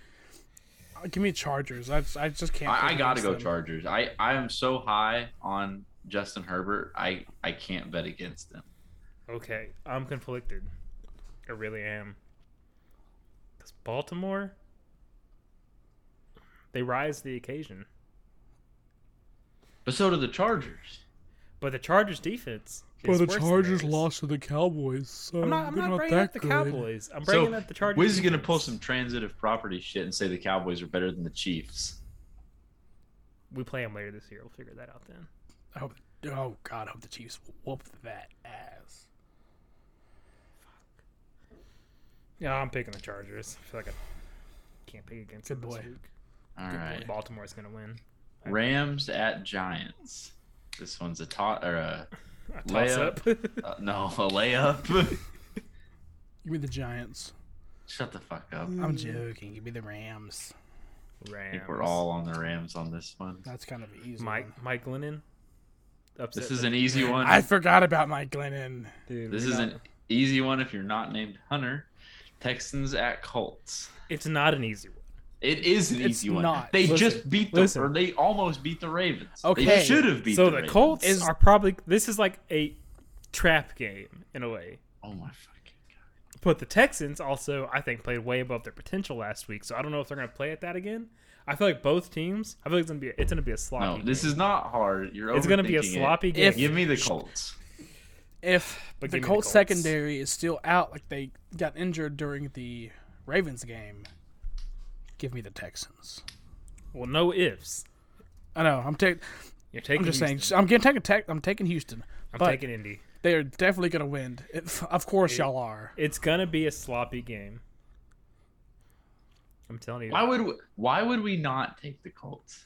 Uh, Give me Chargers. I, I just can't. I, I pick gotta against go them. Chargers. I I am so high on Justin Herbert. I I can't bet against him. Okay, I'm conflicted. I really am. Cause Baltimore, they rise to the occasion, But so do the Chargers. but the Chargers defense. is Well, the worse than Chargers theirs. lost to the Cowboys, so I'm not. I'm they're uh, not, not bringing that up the good. Cowboys. I'm So bringing up the Chargers. Wiz is gonna defense. pull some transitive property shit and say the Cowboys are better than the Chiefs. We play them later this year. We'll figure that out then. I hope, oh God, I hope the Chiefs whoop that ass. Yeah, I'm picking the Chargers. I feel like I can't pick against Good them this boy. week. All right. Baltimore's gonna win. Rams at Giants. This one's a tot or a A toss Layup. up. uh, no a layup. Give me the Giants. Shut the fuck up. I'm joking. Give me the Rams. I Rams. think we're all on the Rams on this one. That's kind of an easy. Mike one. Mike Glennon. Upset This is the- an easy one. I forgot about Mike Glennon. Dude, this we're is not- an easy one if you're not named Hunter. Texans at Colts. It's not an easy one. It is an It's easy one. not. They Listen, just beat the listen. or they almost beat the Ravens. Okay, They should have beat so the, the Ravens. Colts Is- are probably this is like a trap game in a way. Oh my fucking But the Texans also, I think, played way above their potential last week. So I don't know if they're going to play at that again. I feel like both teams. I feel like it's going to be it's going to be a sloppy. god. No, this game. is not hard. You're it's going to be a overthinking it. sloppy game. If- Give me the Colts. If But the give me the Colts Colts. secondary is still out, like they got injured during the Ravens game. Give me the Texans. Well, no ifs. I know. I'm taking. You're taking. I'm just saying. Houston. I'm getting taking. Tech, I'm taking Houston. I'm but taking Indy. they are definitely gonna win. If, of course, y'all are. It's gonna be a sloppy game. I'm telling you. Why would we, why would we not take the Colts?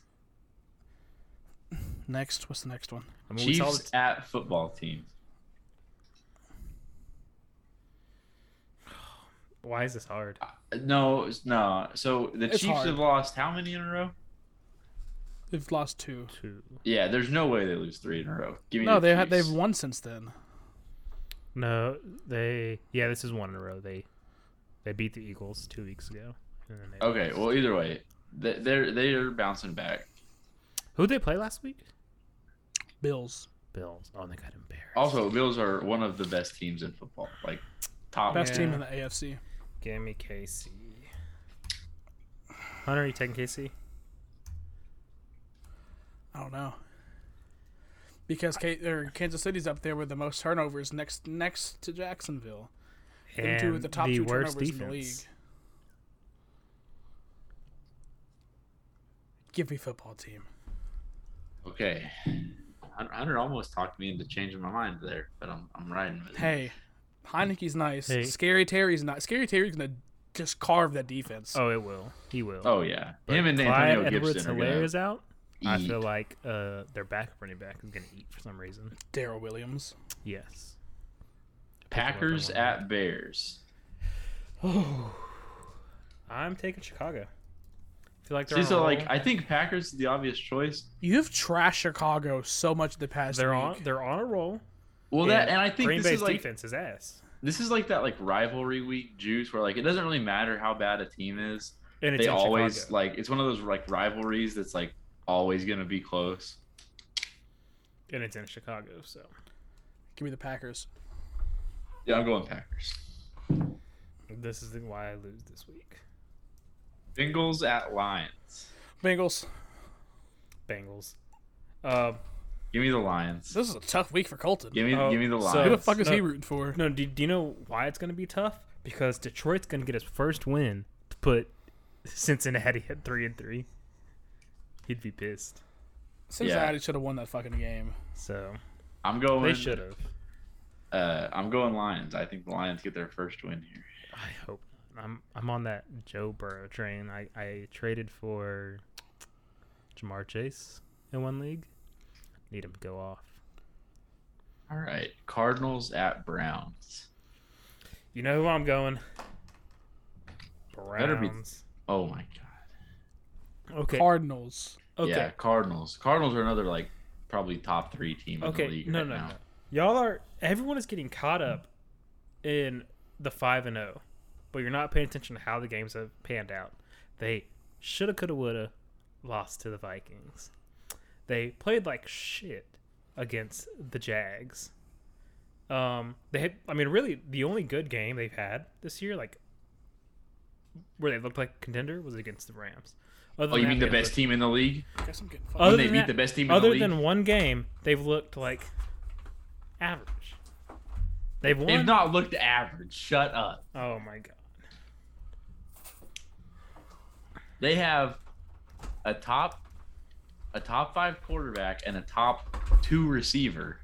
Next, what's the next one? I mean, we saw Chiefs the- at football team. why is this hard? No, it's- no. So the It's Chiefs hard. have lost how many in a row? They've lost two. Two. Yeah, there's no way they lose three in a row. Give me No, the they have. Chiefs. They've won since then. No, they. Yeah, this is one in a row. They they beat the Eagles two weeks ago. and then they Okay, lost. well either way, they- they're they're bouncing back. Who they play last week? Bills. Bills. Oh, they got embarrassed. Also, Bills are one of the best teams in football. Like top. Best team Oh, Yeah. in the AFC. give me KC. Hunter, you taking KC? I don't know. Because K- or Kansas City's up there with the most turnovers, next next to Jacksonville. Them two of the top two turnovers in the league. Give me football team. Okay. Hunter- Hunter almost talked me into changing my mind there, but I'm I'm riding with it. Hey, Heineke's nice. Hey. Scary Terry's not. Scary Terry's gonna just carve that defense. Oh, it will. He will. Oh yeah, But him and Clyde Antonio Edwards Gibson are Hilaire gonna is out. I eat. feel like uh, their backup running back is going to eat for some reason. Daryl Williams. Yes. Packers Pick one at Bears. I'm taking Chicago. I feel like they're See, so on a like roll. I think Packers is the obvious choice. You've trashed Chicago so much the past they're week. on they're on a roll. Well, that and I think Green this Bay's is like defense is ass, this is like that like rivalry week juice where like it doesn't really matter how bad a team is. and it's They in always Chicago. like it's one of those like rivalries that's like always gonna be close. and it's in Chicago. So Give me the Packers. Yeah, I'm going Packers. this is why I lose this week. Bengals at Lions. Bengals. Bengals. Um, Give me the Lions. This is a tough week for Colton. Give me Oh, give me the so- Lions. Who the fuck is No. he rooting for? no, do, do you know why it's going to be tough? Because Detroit's going to get his first win to put Cincinnati at three and three. He'd be pissed. Cincinnati should have won that fucking game. So I'm going. they should have. Uh, I'm going Lions. I think the Lions get their first win here. I hope I'm I'm on that Joe Burrow train. I, I traded for Jamar Chase in one league. Need him to go off. All right, Cardinals at Browns. You know who I'm going? Better be- Browns. Oh my god. Okay. Cardinals. okay. Yeah, Cardinals. Cardinals are another like probably top three team in the okay. league No, right no, now. no. Y'all are everyone is getting caught up in the five and zero, but you're not paying attention to how the games have panned out. They shoulda, coulda, woulda lost to the Vikings. They played like shit against the Jags. Um, they had, I mean, really, the only good game they've had this year, like where they looked like a contender, was against the Rams. Other Oh, you than mean that, the they looked- best team in the league? Guess I'm getting fucked. Other they than beat that- the best team in the other league? than one game, they've looked like average. They've won. They've not looked average. Shut up. oh my god. They have a top, a top five quarterback and a top two receiver.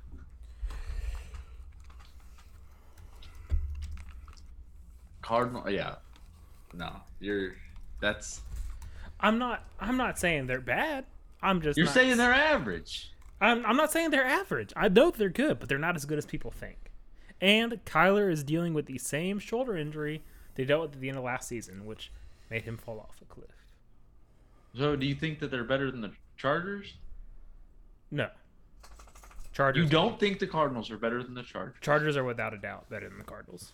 Cardinal, oh, yeah. No, you're. That's I'm not. I'm not saying they're bad. I'm just. you're not- saying they're average. I'm, I'm not saying they're average. I know they're good, but they're not as good as people think. And Kyler is dealing with the same shoulder injury they dealt with at the end of last season, which made him fall off a cliff. So, do you think that they're better than the Chargers? No. Chargers. You don't think the Cardinals are better than the Chargers? Chargers are without a doubt better than the Cardinals.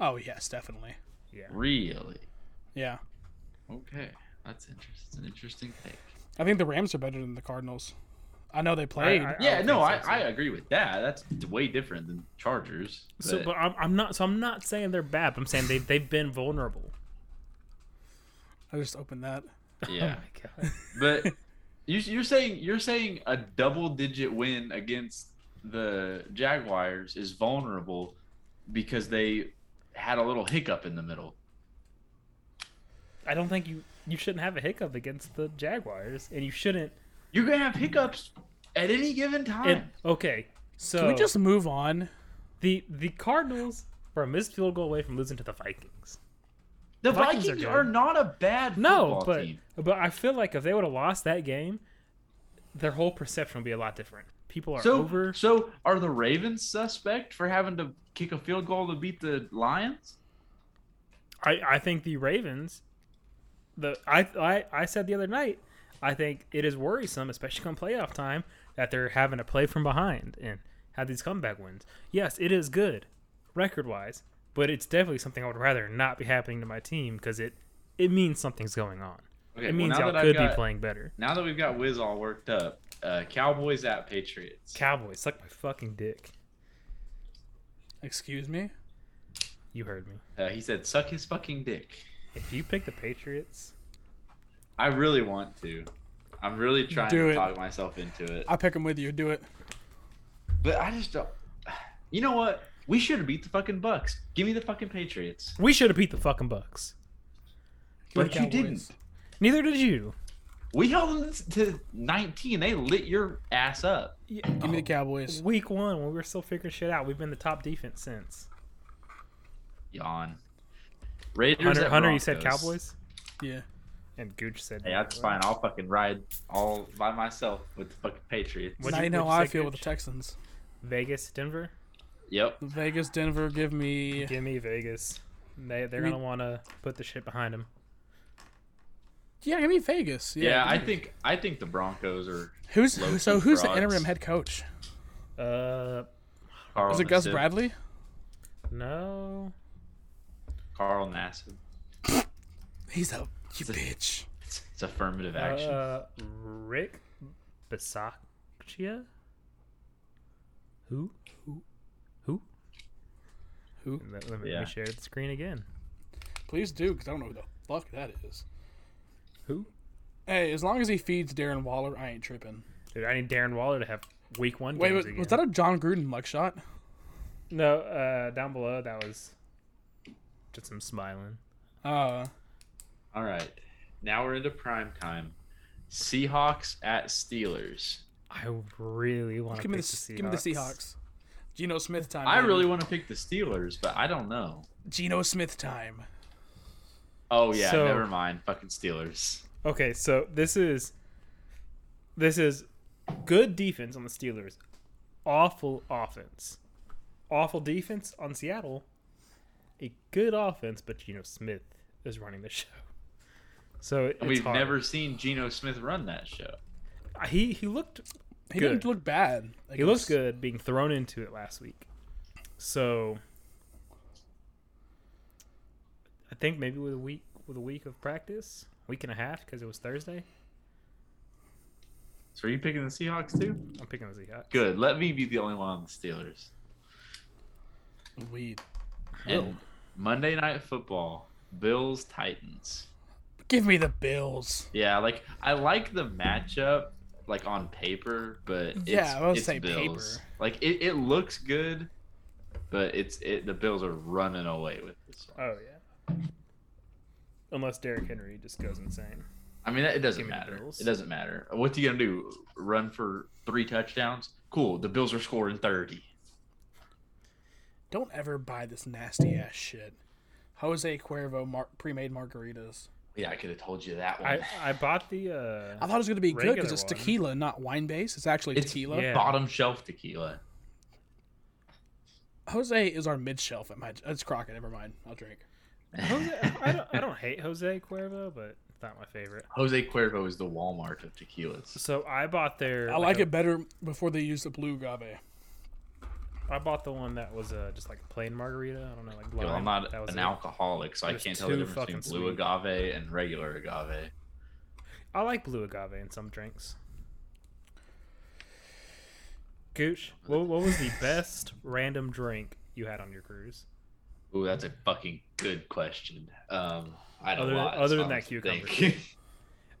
Oh yes, definitely. Yeah. Really? Yeah, Okay, that's interesting. It's an interesting take. I think the Rams are better than the Cardinals. I know they played. I- I- Yeah, would no, I, think so, I too. agree with that. That's d- way different than Chargers. So, but I'm, I'm not. So I'm not saying they're bad. But I'm saying they they've been vulnerable. I just opened that. yeah, Oh my god. but you, you're saying you're saying a double-digit win against the Jaguars is vulnerable because they had a little hiccup in the middle. I don't think you you shouldn't have a hiccup against the Jaguars, and you shouldn't. You're gonna have hiccups at any given time. And, okay, so Can we just move on? the the Cardinals were a missed field goal away from losing to the Vikings. the Vikings Vikings, are good. are, not a bad No, football but team. but I feel like if they would have lost that game, their whole perception would be a lot different. People are So over. so are the Ravens suspect for having to kick a field goal to beat the Lions? I, I think the Ravens, the I, I I said the other night, I think it is worrisome, especially come playoff time, that they're having to play from behind and have these comeback wins. Yes, it is good, record wise, but it's definitely something I would rather not be happening to my team because it it means something's going on. Okay, it well, means now that y'all I've could be got- playing better. Now that we've got Wiz all worked up, uh, Cowboys at Patriots. Cowboys suck my fucking dick. Excuse me. You heard me. uh, he said, "Suck his fucking dick." If you pick the Patriots, I really want to. I'm really trying Do to it. talk myself into it, I pick him with you. Do it. but I just don't. You know what? We should have beat the fucking Bucks. Give me the fucking Patriots. we should have beat the fucking Bucks. Give me But you Cowboys. didn't. Neither did you. We held them to 19. They lit your ass up. Give me the Cowboys. Week one, when we were still figuring shit out, we've been the top defense since. Yawn. Raiders Hunter, at Hunter you said Broncos. Cowboys, Yeah. and Gooch said. Hey, that's fine. I'll fucking ride all by myself with the fucking Patriots. What'd now you- you know what'd you how I say, feel with the Gooch? Texans. Vegas, Denver. Yep. Vegas, Denver, give me. Give me Vegas. They they're Me- gonna want to put the shit behind them. Yeah, give me Vegas. Yeah. Yeah, give I me- think I think the Broncos are Who's low-key so? Who's the frauds. interim head coach? Uh, Carl. Is it Gus Nassib. Bradley? no. Carl Nassib. He's a you bitch. It's, it's affirmative action. Uh, Rick Bisaccia. Who? Who? Who? Who? Let, let me, let Yeah. me share the screen again. Please do, because I don't know who the fuck that is. Who? Hey, as long as he feeds Darren Waller, I ain't tripping. Dude, I need Darren Waller to have week one. Wait, games was, again. was that a John Gruden mugshot? No, uh, down below that was just him smiling. Uh, All right. Now we're into prime time. Seahawks at Steelers. I really want to give me the, Seahawks. give me the Seahawks. Geno Smith time. I Um, baby. really want to pick the Steelers, but I don't know. Geno Smith time. Oh yeah, So- never mind. Fucking Steelers. Okay, so this is this is good defense on the Steelers, awful offense, awful defense on Seattle, a good offense, but Geno Smith is running the show. So it- it's We've hard. Uh, never seen Geno Smith run that show. he he looked He Good. didn't look bad. He looks good being thrown into it last week. So I think maybe with a week with a week of practice, week and a half because it was Thursday. So are you picking the Seahawks too? I'm picking the Seahawks. Good. Let me be the only one on the Steelers. Weed. Oh. And Monday Night Football, Bills Titans. Give me the Bills. Yeah, like I like the matchup, like on paper, but it's, Yeah, I would it's say Bills. paper. Like it, it looks good, but it's it. The Bills are running away with this one. Oh yeah. Unless Derrick Henry just goes insane. I mean, it doesn't Give me the matter. Bills. It doesn't matter. What's he gonna do? Run for three touchdowns? Cool. The Bills are scoring thirty. Don't ever buy this nasty ass shit. Jose Cuervo mar- pre-made margaritas. Yeah, I could have told you that one. I I bought the I uh thought it was gonna be good because it's Regular one. tequila, not wine based. It's actually It's- tequila. yeah. Bottom shelf tequila. Jose is our mid shelf at my. It's Crockett. Never mind. I'll drink. Jose, I don't I don't hate Jose Cuervo, but it's not my favorite. Jose Cuervo is the Walmart of tequilas. So I bought their I like a- it better before they use the blue agave. I bought the one that was uh, just like a plain margarita. I don't know, like Yo, I'm lime. not that was an it. alcoholic, so I There's can't tell the two difference between fucking blue agave and regular agave. I like blue agave in some drinks. Gooch, what, what was the best random drink you had on your cruise? Ooh, that's a fucking good question. Um, I had Other- a lot. other so than I'm that cucumber thinking.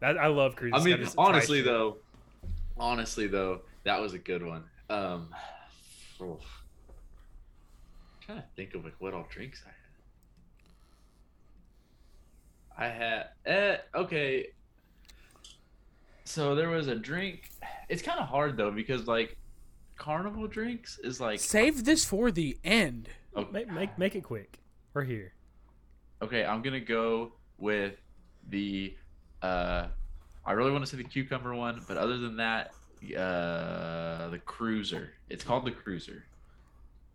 That I love cruises. I Gotta mean, just try honestly shit. though, honestly though, that was a good one. Um, oof. I'm trying to think of like what all drinks I had. I had eh, okay. So there was a drink. It's kind of hard though because like carnival drinks is like Save this for the end. okay, Make make make it quick. We're here. okay I'm gonna go with the. uh I really want to say the cucumber one, but other than that, uh, the cruiser. It's called the cruiser.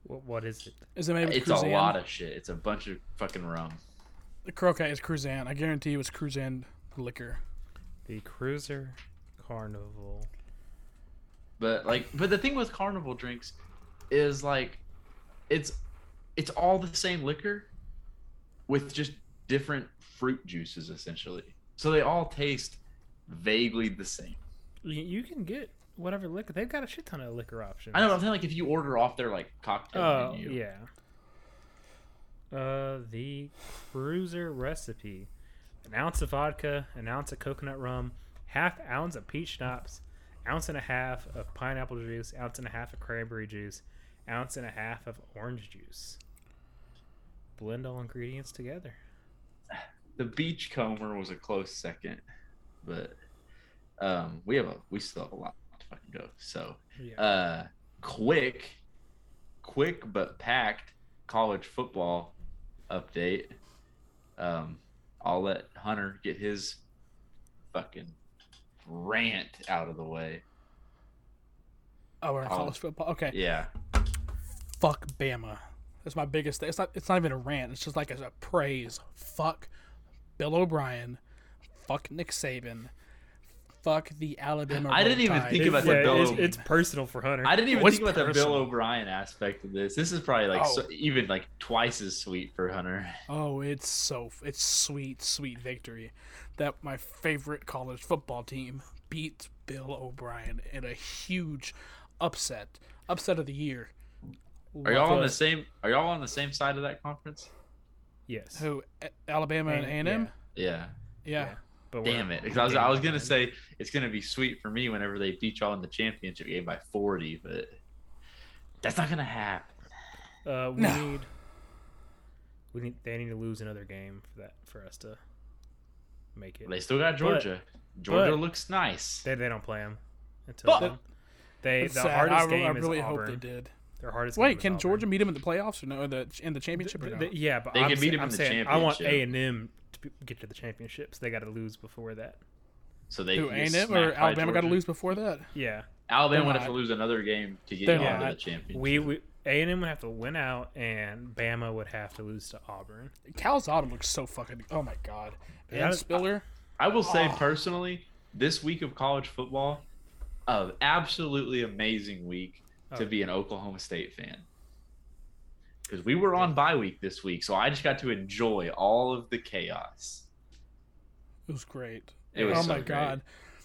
What what is it? Is it maybe It's a lot of shit. It's a bunch of fucking rum. Croquet is Cruzan. I guarantee you it's Cruzan liquor. The Cruiser Carnival. But like, but the thing with carnival drinks is like, it's it's all the same liquor with just different fruit juices essentially. So they all taste vaguely the same. You, you can get whatever liquor. They've got a shit ton of liquor options. I know. But I'm saying like if you order off their like cocktail Oh menu, yeah. Uh, the Cruiser recipe: an ounce of vodka, an ounce of coconut rum, half ounce of peach schnapps, ounce and a half of pineapple juice, ounce and a half of cranberry juice, ounce and a half of orange juice. Blend all ingredients together. the beachcomber was a close second, but um, we have a we still have a lot to fucking go. So Yeah. uh quick quick but packed college football update um i'll let hunter get his fucking rant out of the way Oh, we're in Oh. college football. Okay. yeah Fuck Bama. That's my biggest thing. It's not it's not even a rant. It's just like as a praise. Fuck Bill O'Brien. Fuck Nick Saban. Fuck the Alabama. I didn't even Roll Tide. think about the it's, Bill- it's personal for Hunter. i didn't even What's think about the bill personal? o'brien aspect of this this is probably like Oh. so, even like twice as sweet for hunter Oh, it's so it's sweet, sweet victory that my favorite college football team beat Bill O'Brien in a huge upset, upset of the year. are y'all on the Love same are y'all on the same side of that conference yes. Who? A- Alabama and A and M? yeah Yeah. Yeah. But we're- Damn it! Because I was, I was gonna say it's gonna be sweet for me whenever they beat y'all in the championship game by forty, but that's not gonna happen. Uh, we No. need. We need. They need to lose another game for that for us to make it. They still got Georgia. Georgia but- looks nice. They, they don't play them until But- then. They That's the sad. hardest I, re- game I really is hope Auburn. they did. Their hardest. game Wait, is can Auburn. Georgia meet them in the playoffs or no? Or the in the championship or Th- no? th- yeah, but They I'm, can beat sa- 'em I'm in the saying I want A championship. and M to be- get to the championships. They got to lose before that. So they Who can get ain't it? Or smacked by Alabama got to Georgia. lose before that? Yeah, Alabama would They're have to not. lose another game to get They're y'all into not. the championship. we we A and M would have to win out, and Bama would have to lose to Auburn. Cal's autumn looks so fucking. Oh my god. Yeah, And that- Spiller. I will say Oh. personally, this week of college football, an absolutely amazing week to Oh. be an Oklahoma State fan. Because we were on bye week this week, so I just got to enjoy all of the chaos. It was great. It was oh so my great. god.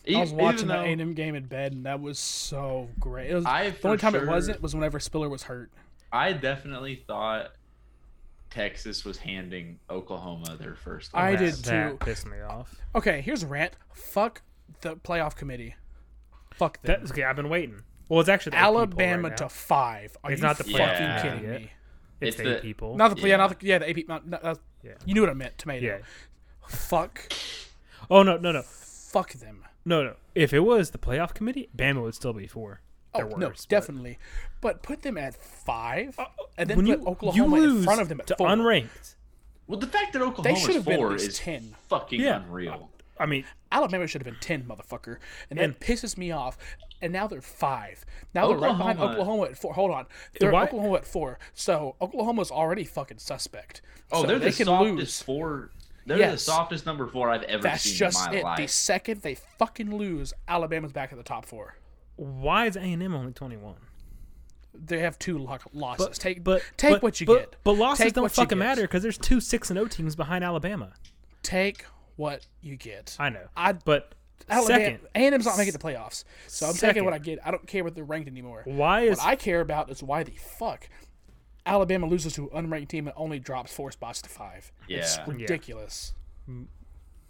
E- I was even watching that though A&M game in bed, and that was so great. It was, I the only for time it sure- wasn't was whenever Spiller was hurt. I definitely thought Texas was handing Oklahoma their first. win. I That- did That too. pissed me off. Okay, here's a rant. Fuck the playoff committee. Fuck them. That's okay. I've been waiting. Well, it's actually the AP poll right Alabama now. to five. Are It's you not the fucking playoff kidding committee me? It's, It's the, the- AP poll. Not the yeah, Yeah. not the, yeah, the AP. Not, not, uh, Yeah. You knew what I meant. Tomato. Yeah. Fuck, Oh no no no fuck them. no no! If it was the playoff committee, Bama would still be four. Oh They're no, worse, but- Uh, definitely. But put them at five, and then when put you Oklahoma you lose in front of them at to four. unranked. Well, the fact that they Oklahoma should is have been at four least is ten. fucking Yeah. unreal. I mean, Alabama should have been ten, motherfucker, and, that pisses me off. And now they're five. Now they're right behind Oklahoma- Oklahoma at four. Hold on, they're Why- Oklahoma at four. So Oklahoma's already fucking suspect. Oh, So they're they the can softest lose. four. They're the Yes. softest number four I've ever That's seen just in my it. The life. second they fucking lose, Alabama's back at the top four. why is A and M only twenty one? They have two lo- losses. take But take but- what you but- get. But losses Take don't what you fucking get. matter because there's two six and O teams behind Alabama. Take what you get. I know. I- but Alabama, second, A&M's not making the playoffs, so I'm Second. taking what I get. I don't care what they're ranked anymore. why is What I care about is why the fuck Alabama loses to an unranked team and only drops four spots to five. It's Yeah. Yeah. ridiculous.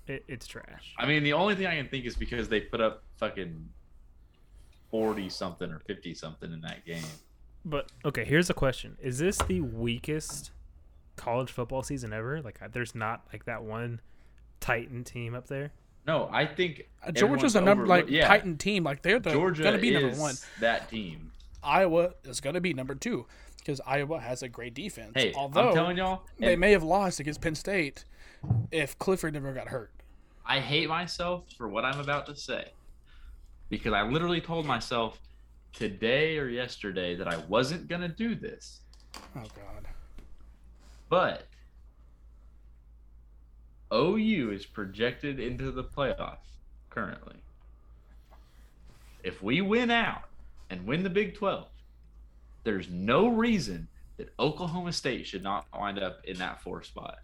it, it's trash? I mean, the only thing I can think is because they put up fucking forty something or fifty something in that game. But okay, here's a question: Is this the weakest college football season ever? Like, I- there's not like that one Titan team up there. No, I think Uh, Georgia's a everyone's number like overlook- yeah, Titan team. Like they're the, Georgia gonna be is number one. that team. Iowa is gonna be number two because Iowa has a great defense. Hey, Although I'm telling y'all, they and may have lost against Penn State if Clifford never got hurt. I hate myself for what I'm about to say because I literally told myself today or yesterday that I wasn't gonna do this, Oh God. but OU is projected into the playoff currently. If we win out and win the Big 12, there's no reason that Oklahoma State should not wind up in that four spot.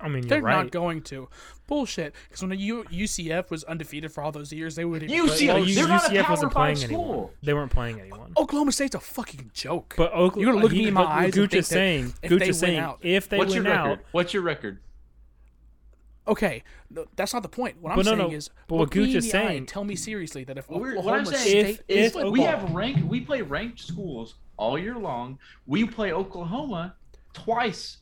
I mean, you're They're right. not going to. Bullshit. Because when the U- UCF was undefeated for all those years, they would have. Well, UCF, U- they're not a UCF Power wasn't playing Five school. anyone. They weren't playing anyone. Oklahoma State's a fucking joke. But Oklahoma, Oh, You're gonna look me in my but eyes and Gooch think is that saying, if Gooch they is win saying, out- if they What's your win record? out, What's your record? okay, no, that's not the point. What I'm But no, saying no, is, but what look me Gooch in is the eye and saying- tell me seriously that if We're- Oklahoma what I'm saying State If- is if football, we have ranked. We play ranked schools all year long. We play Oklahoma twice,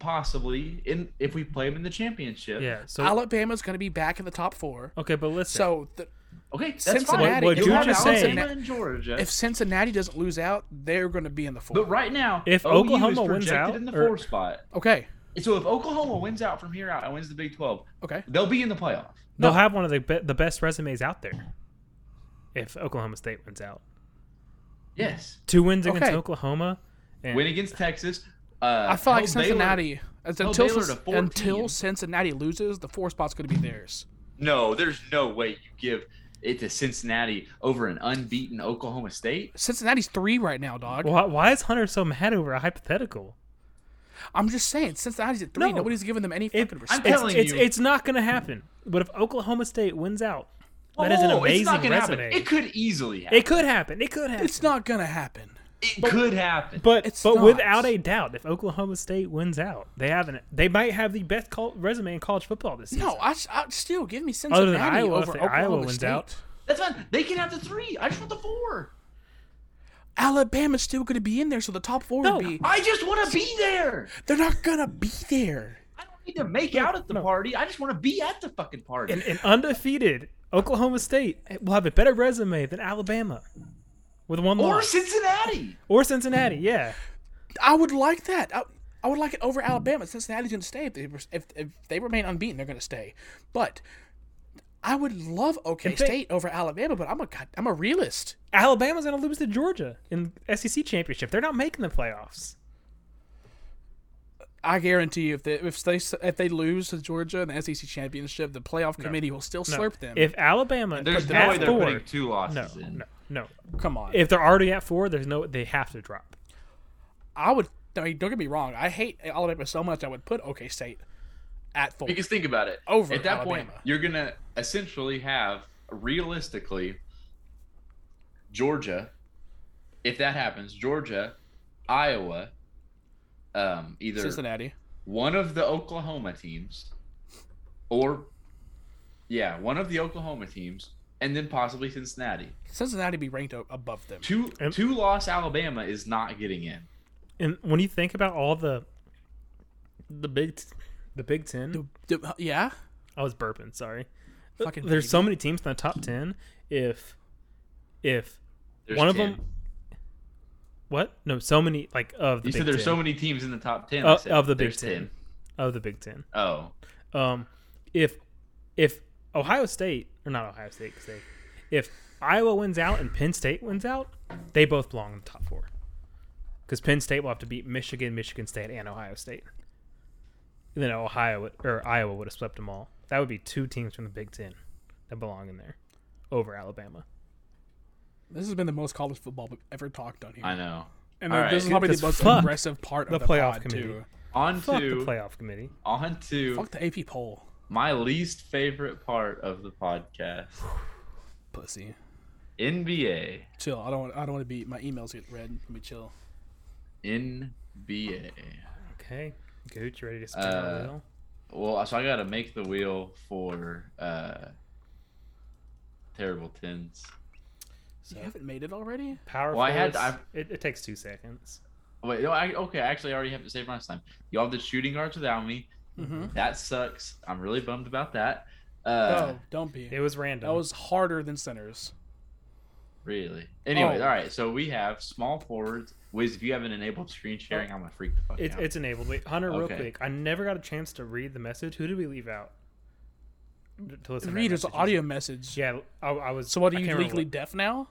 possibly, in if we play them in the championship. yeah. So Alabama's going to be back in the top four. okay, but listen. So th- Okay, that's fine. What- Cincinnati- what You Jude have is Alabama saying- and Georgia. if Cincinnati doesn't lose out, they're going to be in the four. but right now, If OU is Oklahoma projected wins out, in the or- fourth spot. Okay, So if Oklahoma wins out from here out and wins the Big Twelve, okay. they'll be in the playoff. They'll have one of the be- the best resumes out there. If Oklahoma State wins out, Yes, two wins against Okay. Oklahoma, and win against Texas. Uh, I feel like held Baylor- Cincinnati. as- held Until, Baylor Cin- to 14. until Cincinnati loses, the four spot's going to be theirs. No, there's no way you give it to Cincinnati over an unbeaten Oklahoma State. Cincinnati's three right now, dog. why, why is Hunter so mad over a hypothetical? I'm just saying, Cincinnati's at three. No. Nobody's giving them any It- fucking I'm respect. It's, telling it's, you. it's not going to happen. But if Oklahoma State wins out, that is an Whoa, Oh, it's not amazing gonna happen. resume. It could easily happen. It could happen. It could happen. It's not going to happen. It, could happen. But It's but not. without a doubt, if Oklahoma State wins out, they have an, they might have the best col- resume in college football this season. No, I, s- I- still give me Cincinnati other than Iowa, over if Oklahoma Iowa wins State. out, that's fine. They can have the three. I just want the four. Alabama's still going to be in there, so the top four No, would be. I just want to be there. They're not going to be there. I don't need to make out at the party. I just want to be at the fucking party. an, an undefeated Oklahoma State will have a better resume than Alabama with one or loss Cincinnati. or Cincinnati. Yeah, I would like that. I, I would like it over Alabama. Cincinnati's going to stay if they res- if, if they remain unbeaten, they're going to stay. But I would love OK And think- State over Alabama, but I'm a god- I'm a realist. Alabama's gonna lose to Georgia in SEC championship. They're not making the playoffs. I guarantee you, if they if they s- if they lose to Georgia in the SEC championship, the playoff committee will still No. slurp them. If Alabama, There's is no at way they're four, putting two no, losses in. no, no. Come on, If they're already at four, there's no. They have to drop. I would. I mean, don't get me wrong. I hate Alabama so much. I would put OK State at four. Because think about it. Over at that point, Alabama. you're gonna essentially have realistically Georgia. If that happens, Georgia, Iowa, um, either Cincinnati. one of the Oklahoma teams, or yeah, one of the Oklahoma teams, and then possibly Cincinnati. Cincinnati be ranked o- above them. Two And- two loss Alabama is not getting in. And when you think about all the, the big, t- the Big Ten. D- Yeah. I was burping. Sorry. Uh, Fucking There's baby. so many teams in the top ten. If, if There's one of 10. them. What? No, so many like of the You Big said there's Ten, so many teams in the top ten. Uh, I said of the Big there's Ten. of the Big Ten. Oh, Um, if if Ohio State or not Ohio State, 'cause they, if Iowa wins out and Penn State wins out, they both belong in the top four. Because Penn State will have to beat Michigan, Michigan State, and Ohio State. And then Ohio would- or Iowa would have swept them all. That would be two teams from the Big Ten that belong in there over Alabama. This has been the most college football we've ever talked on here. I know. And All then this right. is probably the Because most fuck aggressive part of the the, playoff pod, committee. Too. On Fuck the to playoff committee. on to Fuck the AP poll, my least favorite part of the podcast, pussy. NBA, Chill. I don't. Want, I don't want to be. My emails get read. Let me chill. NBA. Okay, Gooch, you ready to spin Uh, our wheel? Well, so I gotta make the wheel for uh terrible tens. You haven't made it already. Power well, I had- forwards, I've- it, it takes two seconds. Wait, no, I okay. Actually, I already have to save my time. You all have the shooting guards without me. Mm-hmm. That sucks. I'm really bummed about that. Uh, oh, don't be. It was random. That was harder than Sinners. Really. Anyway, Oh. all right. So we have small forwards. Wiz, if you haven't enabled screen Oh. sharing, I'm gonna freak the fuck It's, out. it's enabled. Wait, Hunter, real Okay. quick. I never got a chance to read the message. Who did we leave out? D- To listen to that Read his message. audio message. Yeah, I, I was. So what I are you can't remember legally what- deaf now?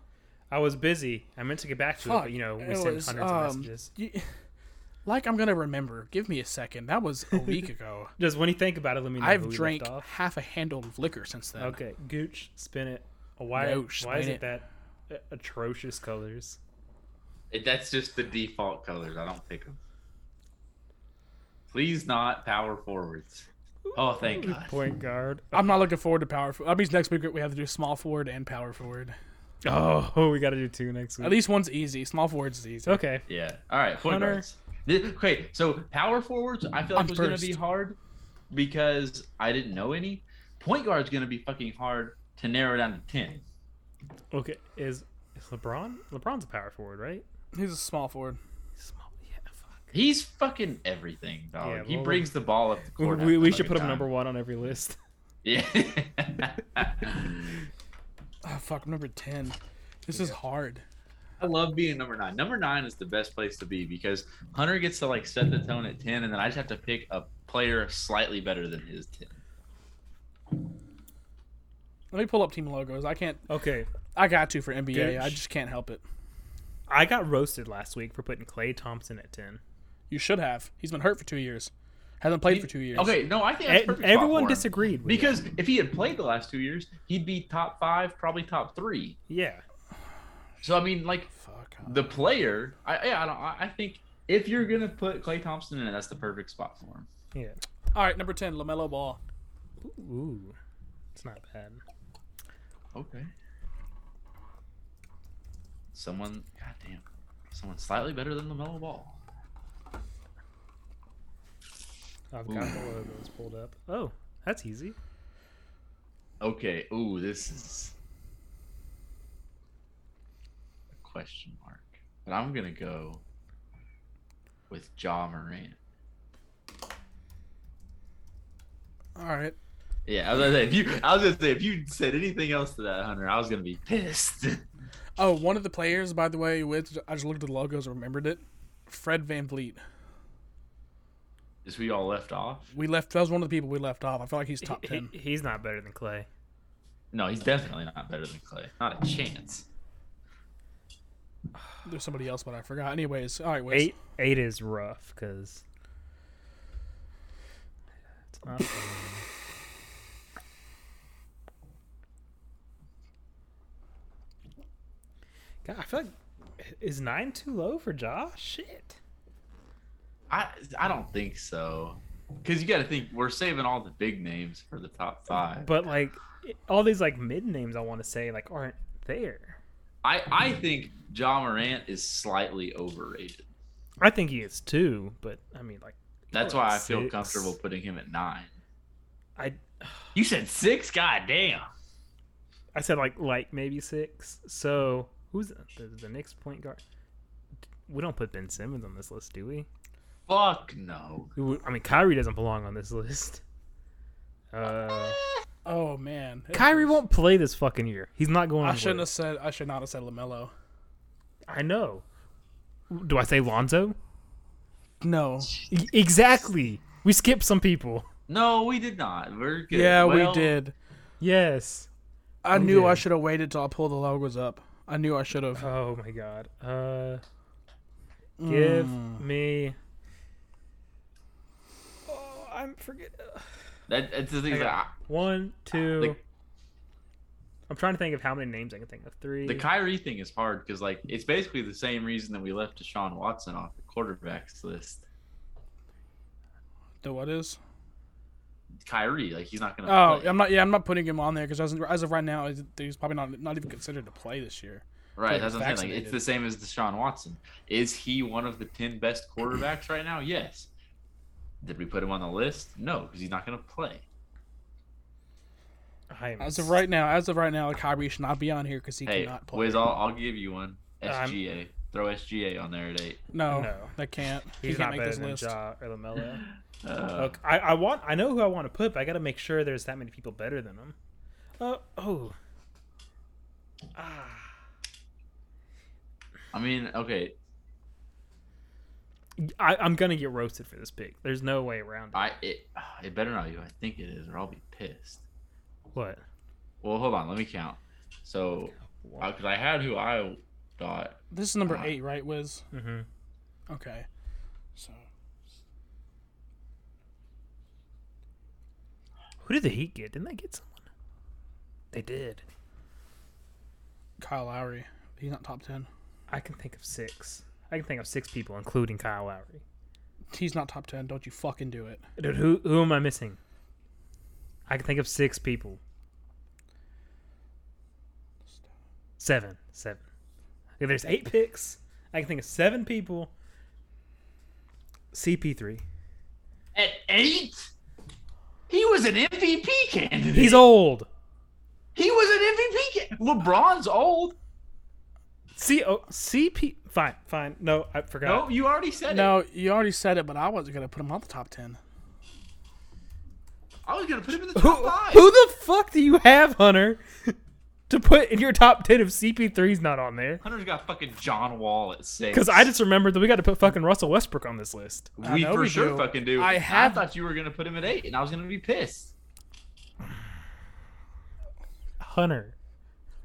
I was busy. I meant to get back to it, but you know we it sent was, hundreds um, of messages. you- like I'm gonna remember. Give me a second. That was a week ago. Just when you think about it, let me know. who I've we left drank off. half a handle of liquor since then. Okay, Gooch, spin it. Why? No, why is spin it, it. that uh, atrocious colors? It- that's just the default colors. I don't pick them. Please not power forwards. Oh, thank God. Point guard. I'm not looking forward to power. For- that means next week we have to do small forward and power forward. Oh, we got to do two next At week. least one's easy. Small forward's easy. Okay. Yeah. All right. Point Hunter. guards. Thi- okay. So power forwards, I feel like I'm was going to first. be hard because I didn't know any. Point guard's going to be fucking hard to narrow down to ten. Okay. Is, is LeBron? LeBron's a power forward, right? He's a small forward. Small. Yeah. Fuck. He's fucking everything, dog. Yeah, he well, brings the ball up the court. half We, the we should fucking put him time. number one on every list. Yeah. Oh, fuck, I'm number ten. This is hard. I love being number nine. Number nine is the best place to be because Hunter gets to like set the tone at ten, and then I just have to pick a player slightly better than his ten. Let me pull up team logos. I can't. Okay. I got to for NBA. I Gooch. just can't help it. I got roasted last week for putting Clay Thompson at ten. You should have. He's been hurt for two years. Hasn't played for two years. Okay, no, I think that's E- perfect spot everyone for him. disagreed with Because if he had played the last two years, he'd be top five, probably top three. it. yeah, So I mean, like Fuck. the player, I yeah, I don't, I I think if you're gonna put Clay Thompson in, it, that's the perfect spot for him. yeah. All right, number ten, Lamelo Ball. Ooh, it's not bad. Okay. Someone, goddamn, someone slightly better than Lamelo Ball. I've got Ooh. the logos pulled up. Oh, that's easy. Okay. Ooh, this is a question mark, but I'm gonna go with Ja Morant. All right. Yeah, I was gonna say if you, I was gonna say if you said anything else to that, Hunter, I was gonna be pissed. Oh, one of the players, by the way, which I just looked at the logos and remembered it. Fred Van Vliet. Is we all left off? We left. That was one of the people we left off. I feel like he's top He- ten. he- he's not better than Clay. No, he's definitely not better than Clay. Not a chance. There's somebody else, but I forgot. Anyways, all right, Wes. Eight eight is rough because it's not. God, I feel like is nine too low for Josh? Shit. I I don't think so. Because you got to think we're saving all the big names for the top five. But like it- all these like mid names, I want to say like aren't there. I I think John Morant is slightly overrated. I think he is too, but I mean like That's Or why I feel six. comfortable putting him at nine. I You said six? God damn. I said like like maybe six. So who's the, the next point guard? We don't put Ben Simmons on this list, do we? Fuck no. We would- I mean, Kyrie doesn't belong on this list. Uh, Oh man, Kyrie won't play this fucking year. He's not going. I on the shouldn't have list. said. I should not have said Lamelo. I know. Do I say Lonzo? No. E- exactly. We skipped some people. No, we did not. We're good. Yeah, Well, we did. Yes. I knew I did. should have waited till I pulled the logos up. I knew I should have. Oh my god. Uh, give Hmm. Hmm. me. Oh, I'm forget. That, that's the thing. is that One, two. Like- I'm trying to think of how many names I can think of. Three. I- the Kyrie thing is hard because like it's basically the same reason that we left Deshaun Watson off the quarterbacks list. The what is? Kyrie, like he's not gonna. Oh, play. I'm not. Yeah, I'm not putting him on there because as, as of right now, he's- he's probably not not even considered to play this year. Right, Like, that's what I'm saying. Like, it's vaccinated. the same as Deshaun Watson. Is he one of the 10 best quarterbacks right now? Yes. Did we put him on the list? No, because he's not going to play. I am As of right now, as of right now, Kyrie should not be on here because he Hey, cannot play. Wiz, I'll, I'll give you one. I'm- SGA. Throw SGA on there at eight. No, No. that can't. He's he can't not make better this than list. Ja or Lamelo. Uh, Look, I, I want I know who I want to put, but I got to make sure there's that many people better than him. Uh, oh, ah, I mean, okay, I, I'm gonna get roasted for this pick. There's no way around it. I it, it better not be who I think it is, or I'll be pissed. What? Well, hold on, let me count. So, because I had who I thought. This is number Ah. eight, right, Wiz? Mm-hmm. Okay. So Who did the Heat get? Didn't they get someone? They did. Kyle Lowry, he's not top ten. I can think of six. I can think of six people, including Kyle Lowry. He's not top ten. Don't you fucking do it. Dude, who who am I missing? I can think of six people. Seven, seven. If there's eight picks, I can think of seven people. CP3. At eight? He was an MVP candidate. He's old. He was an MVP candidate. LeBron's old. C O CP. Fine, fine. No, I forgot. No, you already said it. No, you already said it, but I wasn't gonna put him on the top ten. I was gonna put him in the Who, top five. who the fuck do you have, Hunter, to put in your top ten if CP3's not on there? Hunter's got fucking John Wall at six. Because I just remembered that we got to put fucking Russell Westbrook on this list. I we know for we sure do. fucking do. I have- thought you were gonna put him at eight, and I was gonna be pissed. Hunter,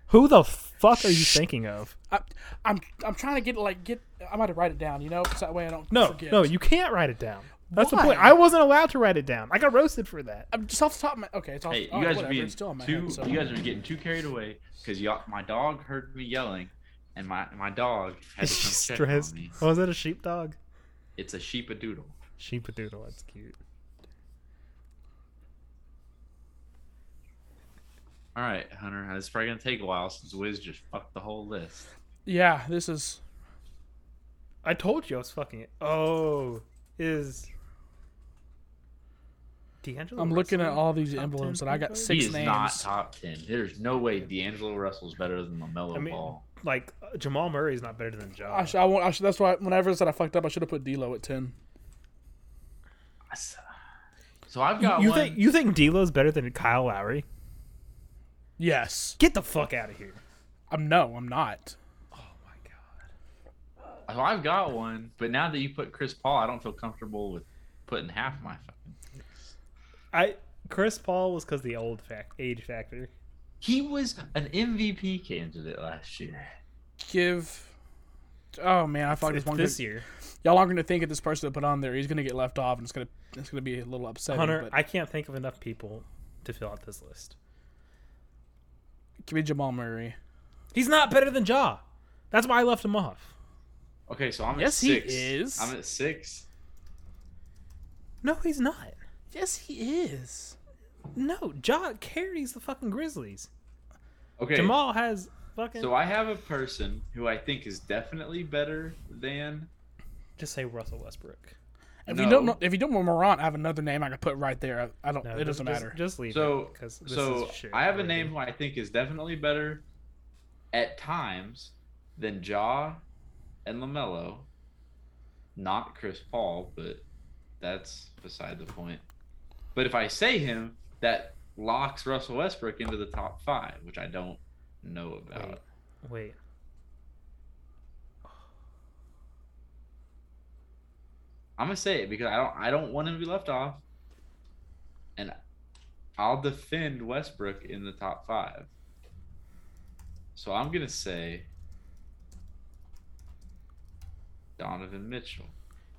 who the fuck are you thinking of? I, I'm I'm trying to get like get. I might write it down, you know, so that way I don't No, forget. no, you can't write it down. That's Why? the point. I wasn't allowed to write it down. I got roasted for that. I'm just off the top of my. Okay, it's off. Hey, you all right, guys are Oh, whatever, being it's still on my too. head, so. You guys are getting too carried away because y'all. My dog heard me yelling, and my my dog had to come She's check stressed. on me. Oh, is that a sheepdog? It's a sheep a doodle. Sheepadoodle. That's cute. All right, Hunter. It's probably gonna take a while since Wiz just fucked the whole list. yeah, this is. I told you I was fucking it. Oh, is D'Angelo? I'm looking at Russell? all these Top emblems, 10 and I got people? six He is names. not top ten. There's no way D'Angelo Russell's better than Lamelo I mean, Ball. like uh, Jamal Murray's not better than Ja. I should, I, won't, I should, that's why. Whenever I said I fucked up, I should have put D'Lo at ten. I s- So I've You- got you one. think you think D'Lo's better than Kyle Lowry? Yes. Get the fuck out of here! I'm Um, no. I'm not. Oh my god. So I've got one, but now that you put Chris Paul, I don't feel comfortable with putting half my fucking. I Chris Paul was because the old fact age factor. He was an MVP candidate last year. Give. Oh man, I fucked It's this one. this year, Y'all aren't gonna think of this person to put on there. He's gonna get left off, and it's gonna it's gonna be a little upsetting. Hunter. but I can't think of enough people to fill out this list. give me Jamal Murray. He's not better than Ja. That's why I left him off. Okay, so I'm Yes, at he six. is. I'm at six. No, he's not. Yes, he is. No, Ja carries the fucking Grizzlies. Okay, Jamal has fucking. so I have a person who I think is definitely better than. Just say Russell Westbrook. If you don't No. know, if you don't know Morant, I have another name I could put right there. I, I don't. No, it just- doesn't just- matter. Just leave. So, it, 'cause this so is shit I have a already. name who I think is definitely better at times than Jaw and Lamelo. Not Chris Paul, but that's beside the point. But if I say him, that locks Russell Westbrook into the top five, which I don't know about. Wait. Wait. I'm gonna say it because I don't I don't want him to be left off, and I'll defend Westbrook in the top five. So I'm gonna say Donovan Mitchell.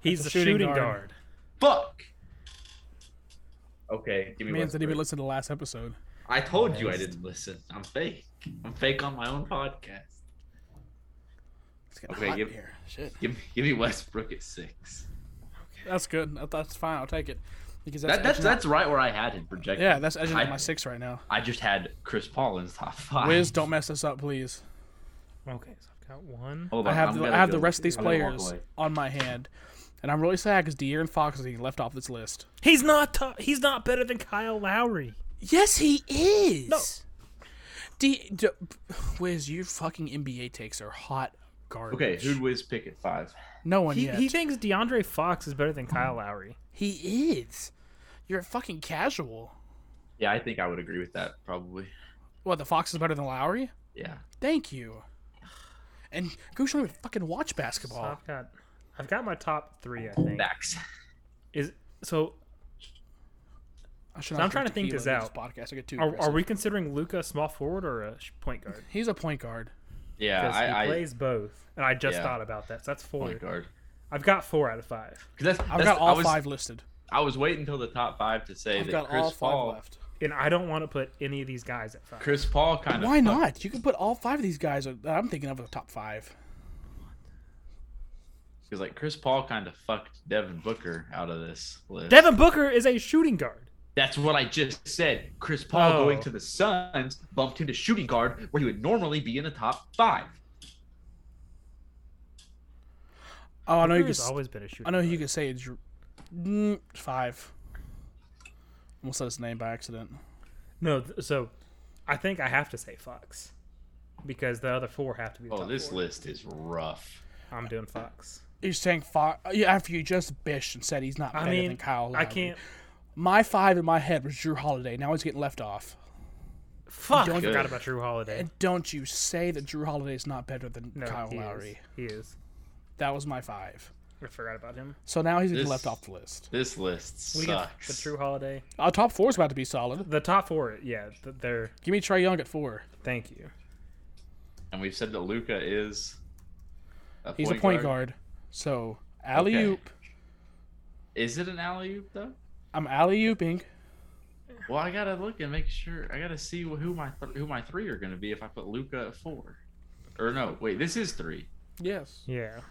He's the That's a shooting, shooting guard. guard. Fuck. Okay, give It me means that he Westbrook. would listen to the last episode. I told you I didn't listen. I'm fake. I'm fake on my own podcast. It's getting Okay, hot give- in here. Shit. Give me, give me Westbrook at six. That's good. That- That's fine. I'll take it. Because that's That, that's edging out- that's right where I had him projected. yeah, that's edging out I- my six right now. I just had Chris Paul in the top five. Wiz, don't mess this up, please. Okay, so I've got one. Hold I on, have I'm the, gonna I have go- the rest of these I'm gonna walk players away. on my hand, and I'm really sad because De'Aaron Fox is being left off this list. He's not. T- he's not better than Kyle Lowry. Yes, he is. No. D, D, Wiz, your fucking NBA takes are hot garbage. Okay, who'd Wiz pick at five? no one He, yet. he thinks DeAndre Fox is better than Kyle Lowry. He is. You're fucking casual. Yeah, I think I would agree with that probably. What, the Fox is better than Lowry? Yeah. Thank you. And Gooch don't even fucking watch basketball. So I've got, I've got my top three. I think Max. is so. I should So I'm drink trying to think tequila this in Podcast. I get too Are, are aggressive. we considering Luca small forward or a sh- point guard? He's a point guard. Yeah, Uh, Because he I, I plays both, and I just Yeah. thought about that. So that's four. point guard. I've got four out of five, 'Cause that's, I've that's- got all I was, five listed. I was waiting until the top five to say I've that got Chris all five Paul. left. and I don't want to put any of these guys at five. Chris Paul kind of. Why not? You can put all five of these guys. that I'm thinking of the top five. Because like Chris Paul kind of fucked Devin Booker out of this list. Devin Booker is a shooting guard. That's what I just said. Chris Paul Oh. going to the Suns bumped him to shooting guard where he would normally be in the top five. Oh, I know you Booker can. has always been a shooting. I know guard. you can say it's mm, five. Almost said his name by accident. No, th- so I think I have to say Fox because the other four have to be. The Oh, top this four. list is rough. I'm doing Fox. You're saying five yeah, after you just bished and said he's not I better mean, than Kyle. I Lowry. can't. My five in my head was Drew Holiday. Now he's getting left off. Fuck! I Don't- forgot about Drew Holiday. And don't you say that Drew Holiday is not better than No, Kyle he Lowry. is. He is. That was my five. I forgot about him. So now he's getting This- left off the list. This list We get sucks. the Drew Holiday. Our top four is about to be solid. The top four, yeah, th- they're. Give me Trey Young at four. Thank you. and we've said that Luca is. A He's a point guard. So alley oop. Is it an alley oop though? I'm alley ooping. Well, I gotta look and make sure. I gotta see who my th- who my three are gonna be if I put Luca at four, or no? Wait, this is three. Yes. Yeah.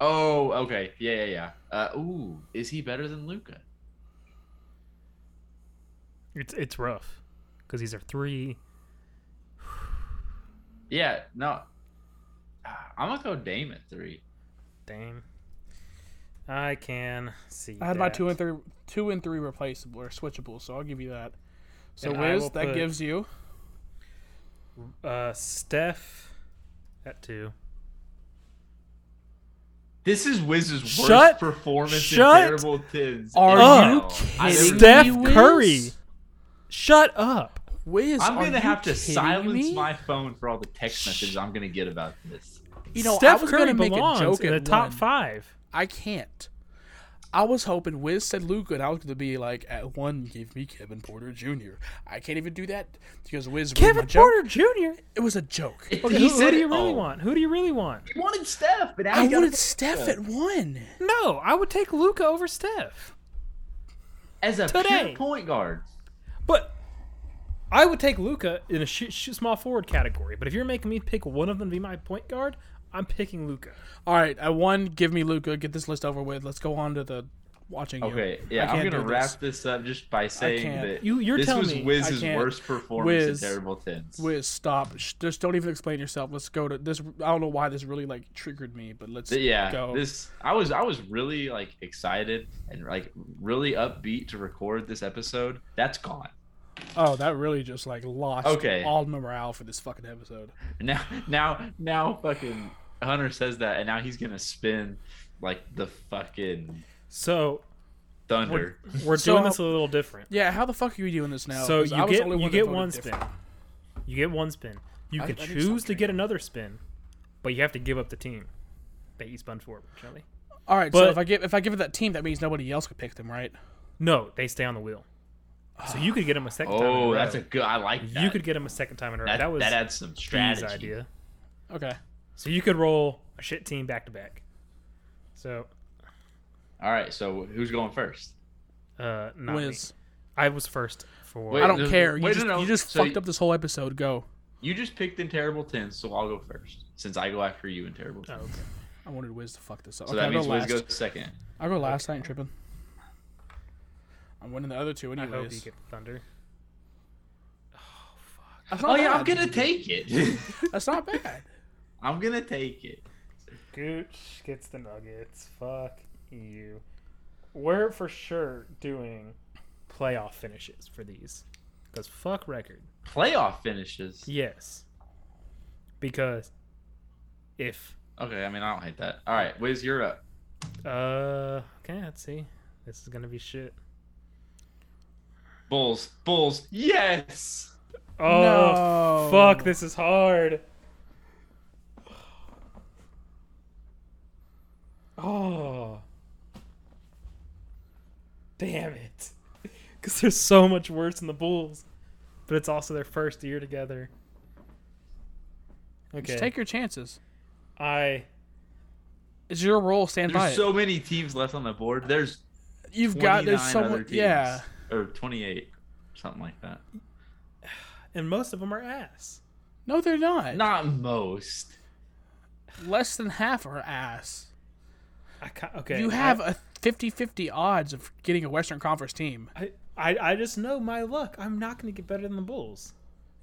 Oh, okay. Yeah, yeah, yeah. Uh, ooh, is he better than Luca? It's it's rough because these are three. Yeah, no. Ah, I'm gonna go Dame at three. Dame. I can see. I had my that. two and three, two and three replaceable or switchable. So I'll give you that. So And I Wiz, will that put- gives you Uh, Steph at two. This is Wiz's Shut- worst performance shut in terrible tens. Are ever. you Oh, I never- kidding Steph me, Wiz? Curry. Shut up. Wiz. I'm are gonna you have to kidding silence me? my phone for all the text messages I'm gonna get about this. You know, Steph I was Curry gonna make belongs a joke in the at top one. five. I can't. I was hoping Wiz said Luca, and I was going to be like, at one, give me Kevin Porter Jr. I can't even do that because Wiz ruined my Kevin joke. Porter Jr. It was a joke. Okay, who, who do you oh. really want? Who do you really want? He Oh. wanted Steph, but I wanted Steph at one. No, I would take Luca over Steph. as a today. pure point guard. But I would take Luca in a sh- sh- small forward category. But if you're making me pick one of them to be my point guard, I'm picking Luca. All right, at one, give me Luca. Get this list over with. Let's go on to the watching. you. Okay, yeah, I I'm can't gonna do wrap this. this. up just by saying can't. that You- you're this telling was me Wiz's I can't. worst performance Wiz. in terrible tens. Wiz, stop. Sh- Just don't even explain yourself. Let's go to this. I don't know why this really like triggered me, but let's Th- yeah, go. this I was I was really like excited and like really upbeat to record this episode. That's gone. Oh, that really just like lost Okay. all morale for this fucking episode. Now now now fucking Hunter says that and now he's gonna spin like the fucking So thunder. we're So- doing this a little different. Yeah, how the fuck are you doing this now? so 'Cause I you was the get only you that get voted one different. spin. You get one spin. You I- can I need to choose stop to get another spin, but you have to give up the team that you spun for, Charlie. All right, so But- if I give if I give it that team, that means nobody else could pick them, right? No, they stay on the wheel. So you could get them a second time. in Oh, row. that's a good I like that. you could get them a second time in a row. that, That, was that adds some Steve's strategy. idea. Okay. So you could roll a shit team back to back. So All right, so who's going first? uh, not me. Wiz, I was first for. Wait, I don't no, care. You wait, no, just, no. you just So fucked you- up this whole episode. Go. You just picked in terrible tens, so I'll go first since I go after you in terrible Oh, tens. okay. I wanted Wiz to fuck this up. So okay, that means I'll go Wiz last. goes second. I'll go last. I ain't tripping. I'm winning the other two I hope you anyways. get the thunder. That's Oh not yeah, I'm bad. gonna take it. That's not bad. I'm gonna take it. Gooch gets the Nuggets. Fuck you. We're for sure doing playoff finishes for these. Because fuck record. Playoff finishes. Yes. Because If Okay, I mean I don't hate that. All right, Wiz, you're up. uh, okay, let's see. This is gonna be shit. Bulls, Bulls, yes. Oh fuck! No. This is hard. Oh, damn it! Because they're so much worse than the Bulls, but it's also their first year together. Okay, Just take your chances. I It's your role. Stand by There's it. so many teams left on the board. There's You've got there's 29 other someone. teams, Yeah. or 28, something like that. and most of them are ass. No, they're not. Not most. Less than half are ass. I ca- okay. you I- have a 50-50 odds of getting a Western Conference team. I, I I just know my luck. I'm not going to get better than the Bulls.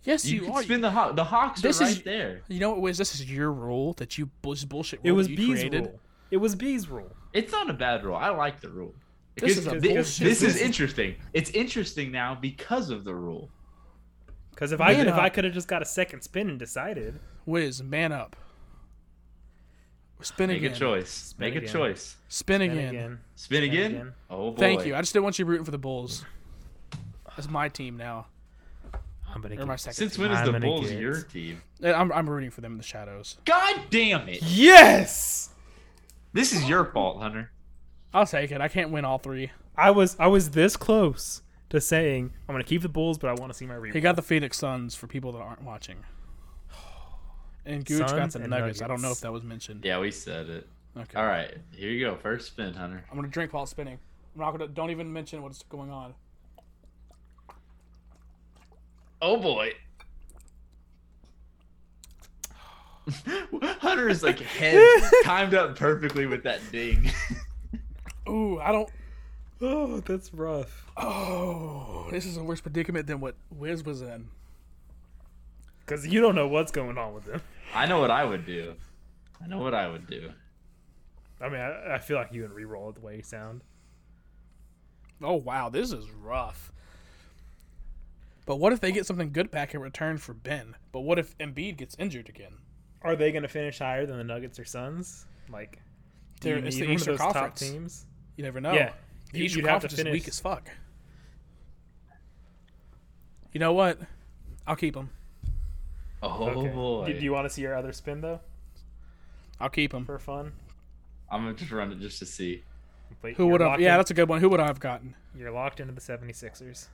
Yes, You, you, can are. spin the Hawks. The Hawks This are is- right there. you know what, Wiz? This is your rule that you bu- this bullshit. Rule It was that you B's created. rule. It was B's rule. It's not a bad rule. I like the rule. Because- This is a thi- bullshit this is rule. interesting. It's interesting now because of the rule. Because if I Man if I up. could have just got a second spin and decided, Wiz, man up. Spin Make again. a choice. Make a again. choice. Spin then again. again, Spin again? again. Oh boy. Thank you. I just didn't want you rooting for the Bulls. That's my team now. I'm gonna Or get my second. Since when is I'm the gonna Bulls get- your team? I'm, I'm rooting for them in the shadows. God damn it! yes. This is your fault, Hunter. I'll take it. I can't win all three. I was I was this close to saying I'm gonna keep the Bulls, but I want to see my He rebound. got the Phoenix Suns for people that aren't watching. And Gooch got Suns the and nuggets. I don't know if Nuggets. that was mentioned. Yeah, we said it. Okay. All right, here you go. First spin, Hunter. I'm gonna drink while it's spinning. I'm not gonna. Don't even mention what's going on. Oh boy. Hunter is like head timed up perfectly with that ding. Ooh, I don't. Oh, that's rough. Oh, this is a worse predicament than what Wiz was in. Because you don't know what's going on with them. I know what I would do. I know what I would do. I mean, I, I feel like you and re-roll it the way you sound. Oh wow, this is rough. But what if they get something good back in return for Ben? But what if Embiid gets injured again? Are they gonna finish higher than the Nuggets or Suns? Like, do you They're- it's need the one of Eastern those top Conference. teams? You never know. Yeah, the you- Eastern you'd have to Conference is weak finish- as fuck. You know what? I'll keep him. Oh Okay. boy. Do, do you want to see your other spin though, I'll keep him. for fun? I'm gonna just run it just to see. Wait, Who you're would have? locked Yeah, in- that's a good one. Who would I have gotten? You're locked into the 76ers.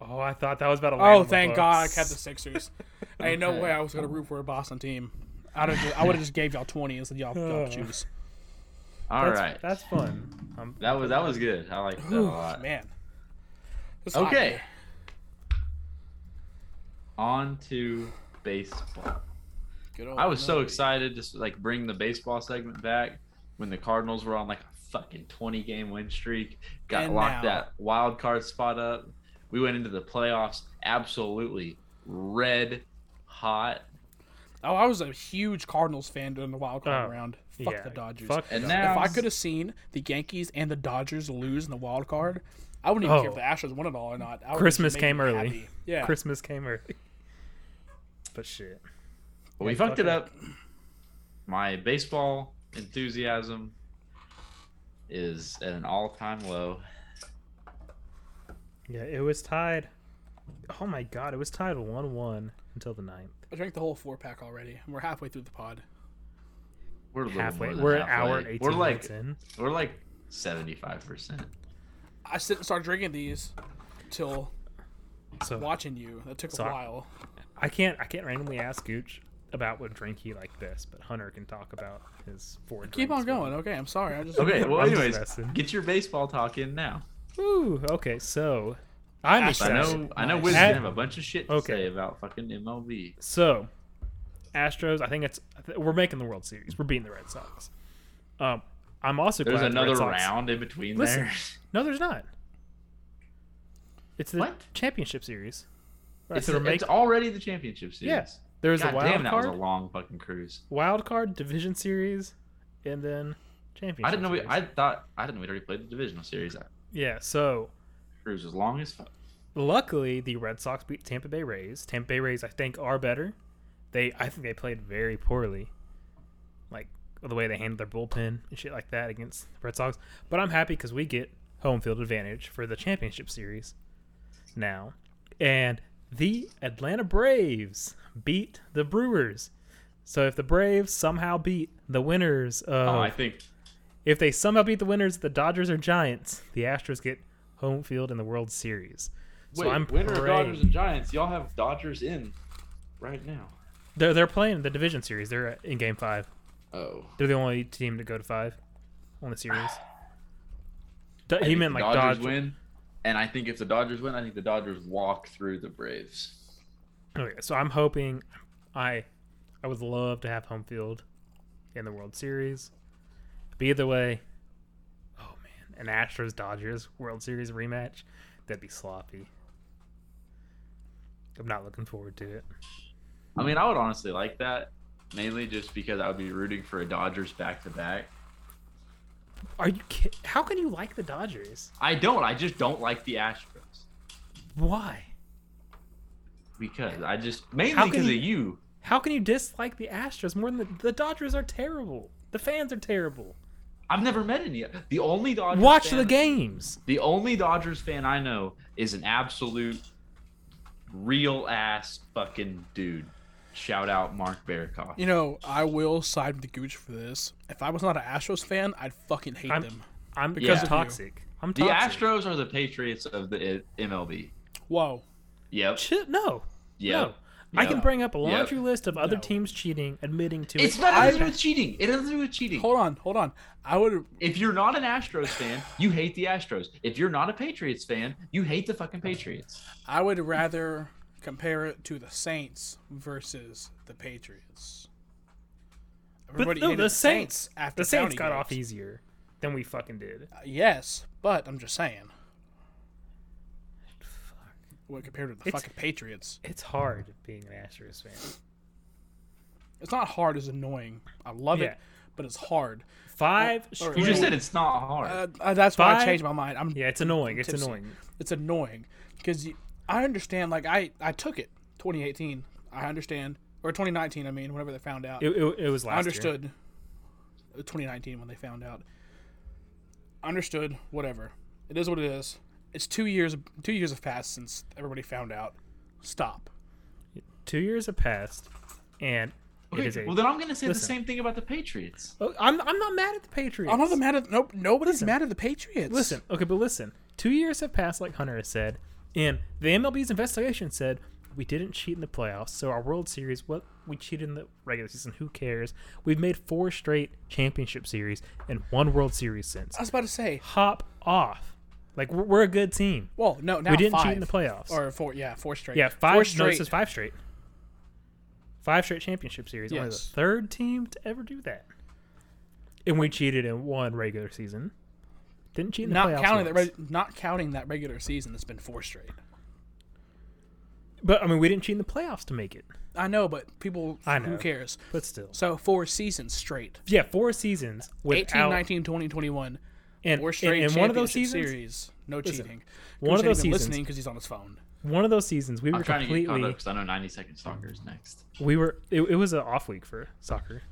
Oh, I thought that was about to land Oh, on the thank God I Bucks. kept the Sixers. Ain't no Okay. way I was gonna root for a Boston team. I'd have, I would have just gave y'all twenty and said y'all, y'all Ugh. choose. All That's, right. that's fun. Um, That was that was good. I liked that a Ooh, lot. man. It's hot Okay. here. On to baseball. Good old I was so Milwaukee. excited to like bring the baseball segment back when the Cardinals were on like a fucking 20 game win streak, got And locked now. that wild card spot up. We went into the playoffs absolutely red hot. Oh, I was a huge Cardinals fan during the wild card Oh, round. Fuck yeah, the Dodgers. Fuck the And Dodgers. now- If I could have seen the Yankees and the Dodgers lose in the wild card, I wouldn't even care if Oh. the Astros won it all or not. I would Christmas just make came me early. happy. Yeah. Christmas came early. But shit. But we Yeah, fucked fuck it it. up. My baseball enthusiasm is at an all time low. Yeah, it was tied. Oh my god, it was tied 1 1 until the ninth. I drank the whole four pack already, and we're halfway through the pod. We're a little Halfway. more than We're an halfway. hour and 18 We're like minutes in. we're like 75%. I didn't start drinking these till So watching you. That took a Sorry. while. I can't I can't randomly ask Gooch about what drink he like this, but Hunter can talk about his four Keep on drinks. going. Okay, I'm sorry. I just Okay, well I'm just anyways, messing. get your baseball talk in now. Ooh, okay, so I'm Ash- I excited. know. I know. Nice. Wiz is At- gonna have a bunch of shit to Okay. say about fucking MLB. So, Astros. I think it's I thi- we're making the World Series. We're beating the Red Sox. Um, I'm also There's glad the Red another Sox- round in between Listen. there. No, there's not. It's the What? championship series. Right, It's, so we're it's making- already the championship series. yeah, there's God a wild damn, that was card, a long fucking cruise. wild card division series, and then championship. I didn't know. We, series. I thought. I didn't know we'd already played the divisional series. That yeah. So cruise was long as fuck. luckily the Red Sox beat Tampa Bay Rays. Tampa Bay Rays, I think, are better. They, I think, they played very poorly, like the way they handled their bullpen and shit like that against the Red Sox. But I'm happy because we get home field advantage for the championship series now, and the Atlanta Braves beat the Brewers. So if the Braves somehow beat the winners of Oh, I think if they somehow beat the winners, the Dodgers or Giants, the Astros get home field in the World Series. So Wait, I'm winner of Dodgers praying. and Giants. Y'all have Dodgers in right now. They're they're playing the division series. They're in Game Five. Oh, They're the only team to go to five on the series. Do- he meant like Dodgers Dodgers. win, and I think if the Dodgers win, I think the Dodgers walk through the Braves. Okay, so I'm hoping I I would love to have home field in the World Series. But either way, oh man, an Astros Dodgers World Series rematch, that'd be sloppy. I'm not looking forward to it. I mean, I would honestly like that, mainly just because I would be rooting for a Dodgers back to back. Are you kid- How can you like the Dodgers? I don't. I just don't like the Astros Why? because I just mainly How can because of you- you. How can you dislike the Astros more than the, the Dodgers are terrible? The fans are terrible. I've never met any. The only Dodgers Watch fan- the games. The only Dodgers fan I know is an absolute real ass fucking dude. Shout out Mark Barakoff. You know, I will side with the Gooch for this. If I was not an Astros fan, I'd fucking hate I'm- them. I'm Because because of you. toxic. I'm The toxic. Astros are the Patriots of the uh, I- MLB. Whoa. Yep. Chi- no. Yep. No. I can Yep. bring up a laundry Yep. list of other No. teams cheating, admitting to It's it. not it has to do I- with cheating. It has to do with cheating. Hold on, hold on. I would If you're not an Astros fan, you hate the Astros. If you're not a Patriots fan, you hate the fucking Patriots. I would rather compare it to the Saints versus the Patriots. but Everybody no, hated the Saints. after the Saints county got off games. easier than we fucking did. Yes, but I'm just saying. Fuck. When compared to the It's- fucking Patriots, It's hard being an Astros fan. it's not hard. It's annoying. I love Yeah. it, but it's hard. Five. or- straight- You just said it's not hard. Uh, uh, that's why I Five- changed my mind. I'm Yeah, it's annoying. It's Tipsy. annoying. it's annoying because I understand. Like I, I took it 2018. I understand, or 2019. I mean, whenever they found out, It, it, it was last I year. understood. 2019 when they found out. Understood. Whatever. It is what it is. It's two years. Two years have passed since everybody found out. Stop. Two years have passed, and it is Okay, a. well, then I'm going to say the listen. same thing about the Patriots. Oh, I'm, I'm not mad at the Patriots. I'm not mad at nope. Nobody's mad at the Patriots. Listen, okay, but listen. Two years have passed, like Hunter has said, and the MLB's investigation said we didn't cheat in the playoffs, so our World Series, what we cheated in the regular season, who cares? We've made four straight championship series and one World Series since. I was about to say. Hop off, like we're, we're a good team. Well, no. Now we didn't five, cheat in the playoffs. Or four. Yeah, four straight. yeah, Four five. No, straight. this is five straight. Five straight championship series. Only the Yes. third team to ever do that. And we cheated in one regular season. Didn't cheat in the not playoffs. counting that. once. Reg- not counting that regular season. It's been four straight. But I mean, we didn't cheat in the playoffs to make it. I know, but people. I know. Who cares? But still, So four seasons straight. yeah, four seasons 18, without 19, 20, 21. and, We're and- straight and one of those championship seasons, series. No Listen, cheating. one of Goose those ain't even seasons- listening because he's on his phone. one of those seasons, we I'm were trying to get caught completely, up because I know 90 Second Stalker is next. we were. It, it was an off week for soccer,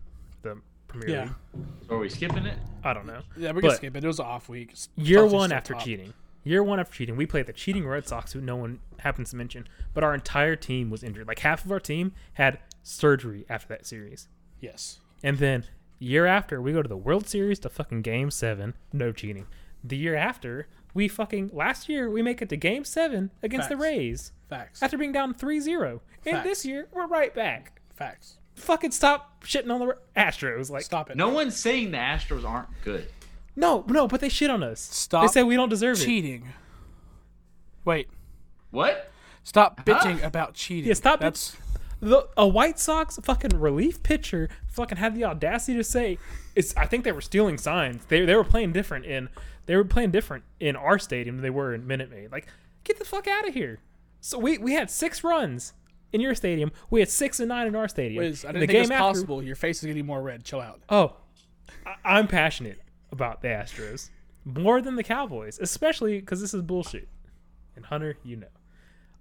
the Premier Yeah, League. Are we skipping it? I don't know. yeah, we can But skip it. It was an off week. S- year Chelsea's one still after top. cheating, year one after cheating, we played the cheating Red Sox, who no one happens to mention, but our entire team was injured. Like half of our team had surgery after that series. Yes, And then year after, we go to the World Series to fucking Game Seven. No cheating. The year after, we fucking last year we make it to Game Seven against the Facts. Rays facts. after being down 3-0. and Facts. this year we're right back. Facts. Fucking stop shitting on the Astros. Like Stop it. No one's saying the Astros aren't good. no, no, but they shit on us. Stop They say we don't deserve it. cheating. Wait. What? Stop bitching about cheating. Yeah, stop it. That's The, a White Sox fucking relief pitcher fucking had the audacity to say, "It's." I think they were stealing signs. They, they were playing different in they were playing different in our stadium than they were in Minute Maid. Like, get the fuck out of here. So we we had six runs in your stadium. We had six and nine in our stadium. Wiz, I And didn't think it was possible. Your face is getting more red. Chill out. Oh, I, I'm passionate about the Astros more than the Cowboys, especially because this is bullshit. And Hunter, you know.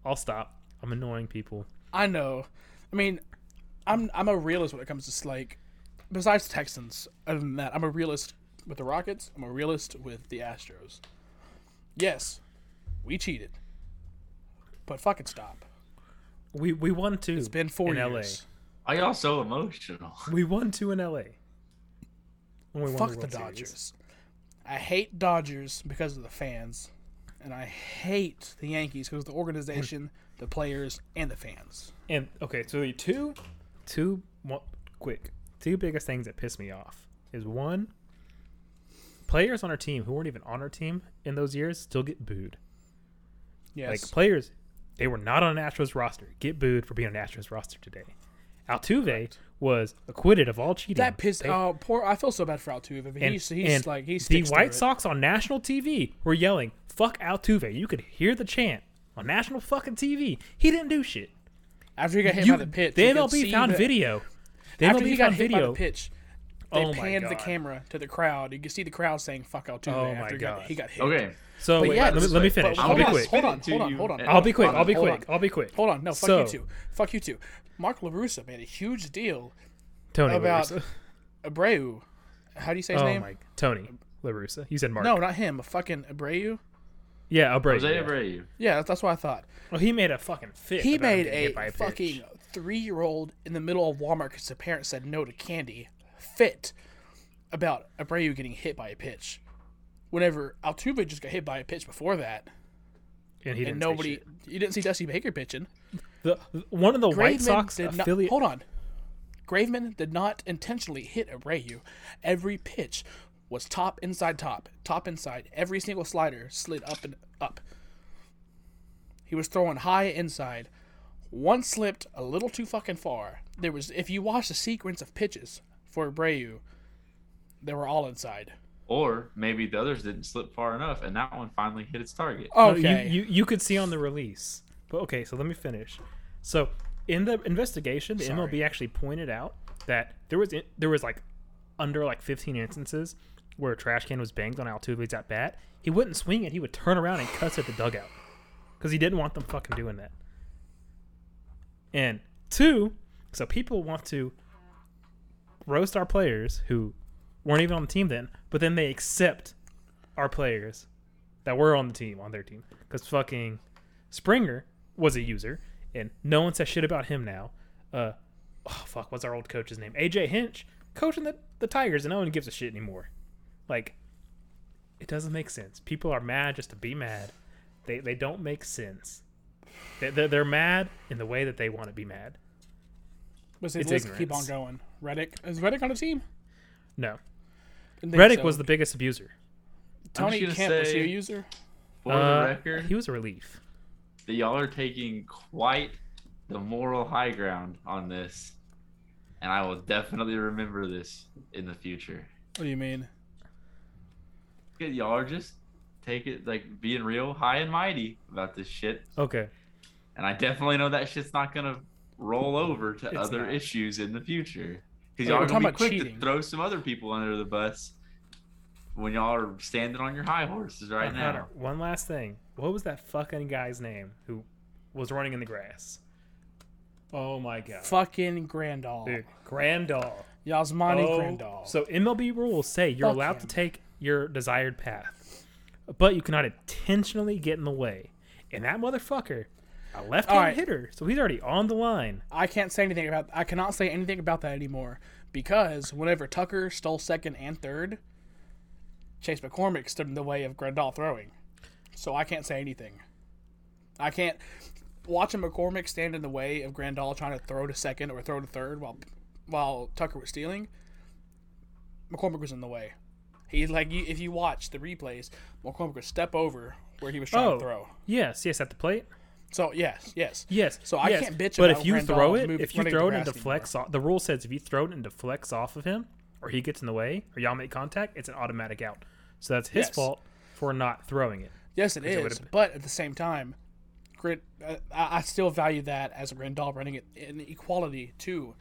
I'll stop. I'm annoying people. I know. I mean, I'm I'm a realist when it comes to like, besides Texans. Other than that, I'm a realist with the Rockets. I'm a realist with the Astros. Yes, we cheated, but fucking stop. We we won two. It's been four in years. Why y'all so emotional? LA. We won two in LA. When we won Fuck the World Dodgers. Series. I hate Dodgers because of the fans, and I hate the Yankees because of the organization, Hmm. the players, and the fans. And okay, so the two, two, one, quick, two biggest things that piss me off is one, players on our team who weren't even on our team in those years still get booed. Yes. Like players, they were not on an Astros roster, get booed for being on an Astros roster today. Altuve was acquitted of all cheating. That pissed. They- Oh, poor. I feel so bad for Altuve. But and- he's he's and like he's the White Sox on national TV were yelling "fuck Altuve." You could hear the chant on national fucking TV. He didn't do shit. after he got hit by the pitch. the you could MLB see found the- video. The After MLB he got found hit by video. the pitch, they Oh my panned the God. camera to the crowd. You can see the crowd saying "fuck Altuve" Oh after my he, got, God. he got hit. Okay. So But wait, yeah, let, me, this let me is- finish. but I'll be hold on, quick. hold on, to hold on, you hold on. and- I'll be quick. I'll be Hold quick. on. I'll be quick. Hold on, no, fuck so, you too. Fuck you too. Mark Larusa made a huge deal Tony about LaRussa. Abreu. How do you say his Oh name? my, Tony Larusa. You said Mark. No, not him. Fucking Abreu. yeah, Abreu. Jose yeah. Abreu. Yeah, that's, that's what I thought. Well, he made a fucking fit. He about him made getting hit by a pitch. fucking three year old in the middle of Walmart because the parents said no to candy fit about Abreu getting hit by a pitch. Whenever Altuve just got hit by a pitch before that, and he didn't and say nobody, shit. you didn't see Dusty Baker pitching. The, one of the White Sox did affiliate. Not, hold on. Graveman did not intentionally hit Abreu. Every pitch was top inside top, top inside. Every single slider slid up and up. He was throwing high inside. One slipped a little too fucking far. There was if you watch the sequence of pitches for Abreu, they were all inside. Or maybe the others didn't slip far enough, and that one finally hit its target. No, Okay. Oh, You, you you could see on the release. But okay, so let me finish. So in the investigation, the MLB actually pointed out that there was there was like under like 15 instances where a trash can was banged on Altuve's at bat. He wouldn't swing it. He would turn around and cuss at the dugout because he didn't want them fucking doing that. And two, so people want to roast our players who weren't even on the team then, but then they accept our players that were on the team on their team because fucking Springer was a user and no one says shit about him now. Uh, oh fuck, what's our old coach's name? AJ Hinch coaching the the Tigers and no one gives a shit anymore. Like, it doesn't make sense. People are mad just to be mad. They they don't make sense. They, they're, they're mad in the way that they want to be mad. But it It's let's keep on ignorance. going. Reddick is Reddick on the team? No, Didn't think Reddick so. was the biggest abuser. Tony gonna Kemp was he a say- user? For Uh, the record, he was a relief. that y'all are taking quite the moral high ground on this, and I will definitely remember this in the future. What do you mean? Yeah, Y'all are just take it like being real high and mighty about this shit, Okay, and I definitely know that shit's not gonna roll over to It's other not. issues in the future because Hey, y'all we're are gonna be talking about quick cheating. to throw some other people under the bus when y'all are standing on your high horses right Uh, hold now. on. One last thing. What was that fucking guy's name who was running in the grass? Oh my god. Fucking Grandall. Dude, Grandall. Yasmani Oh, Grandal. So MLB rules say you're Fuck allowed him. to take your desired path, but you cannot intentionally get in the way. And that motherfucker, a left-handed Alright. hitter, so he's already on the line. I can't say anything about. I cannot say anything about that anymore because whenever Tucker stole second and third, Chase McCormick stood in the way of Grandal throwing. So I can't say anything. I can't watching McCormick stand in the way of Grandal trying to throw to second or throw to third while while Tucker was stealing. McCormick was in the way. He's like, you, if you watch the replays, McCormick would step over where he was trying Oh, to throw. yes, yes, at the plate. So yes, yes. Yes. So I yes. can't bitch But about if you Grandal throw it, move- if you running to throw it the and grass deflects, off, the rule says if you throw it and deflects off of him, or he gets in the way, or y'all make contact, it's an automatic out. So that's his Yes. fault for not throwing it. Yes, it it is. would've- but at the same time, uh, grit, I, I still value that as a Grandal running it in equality to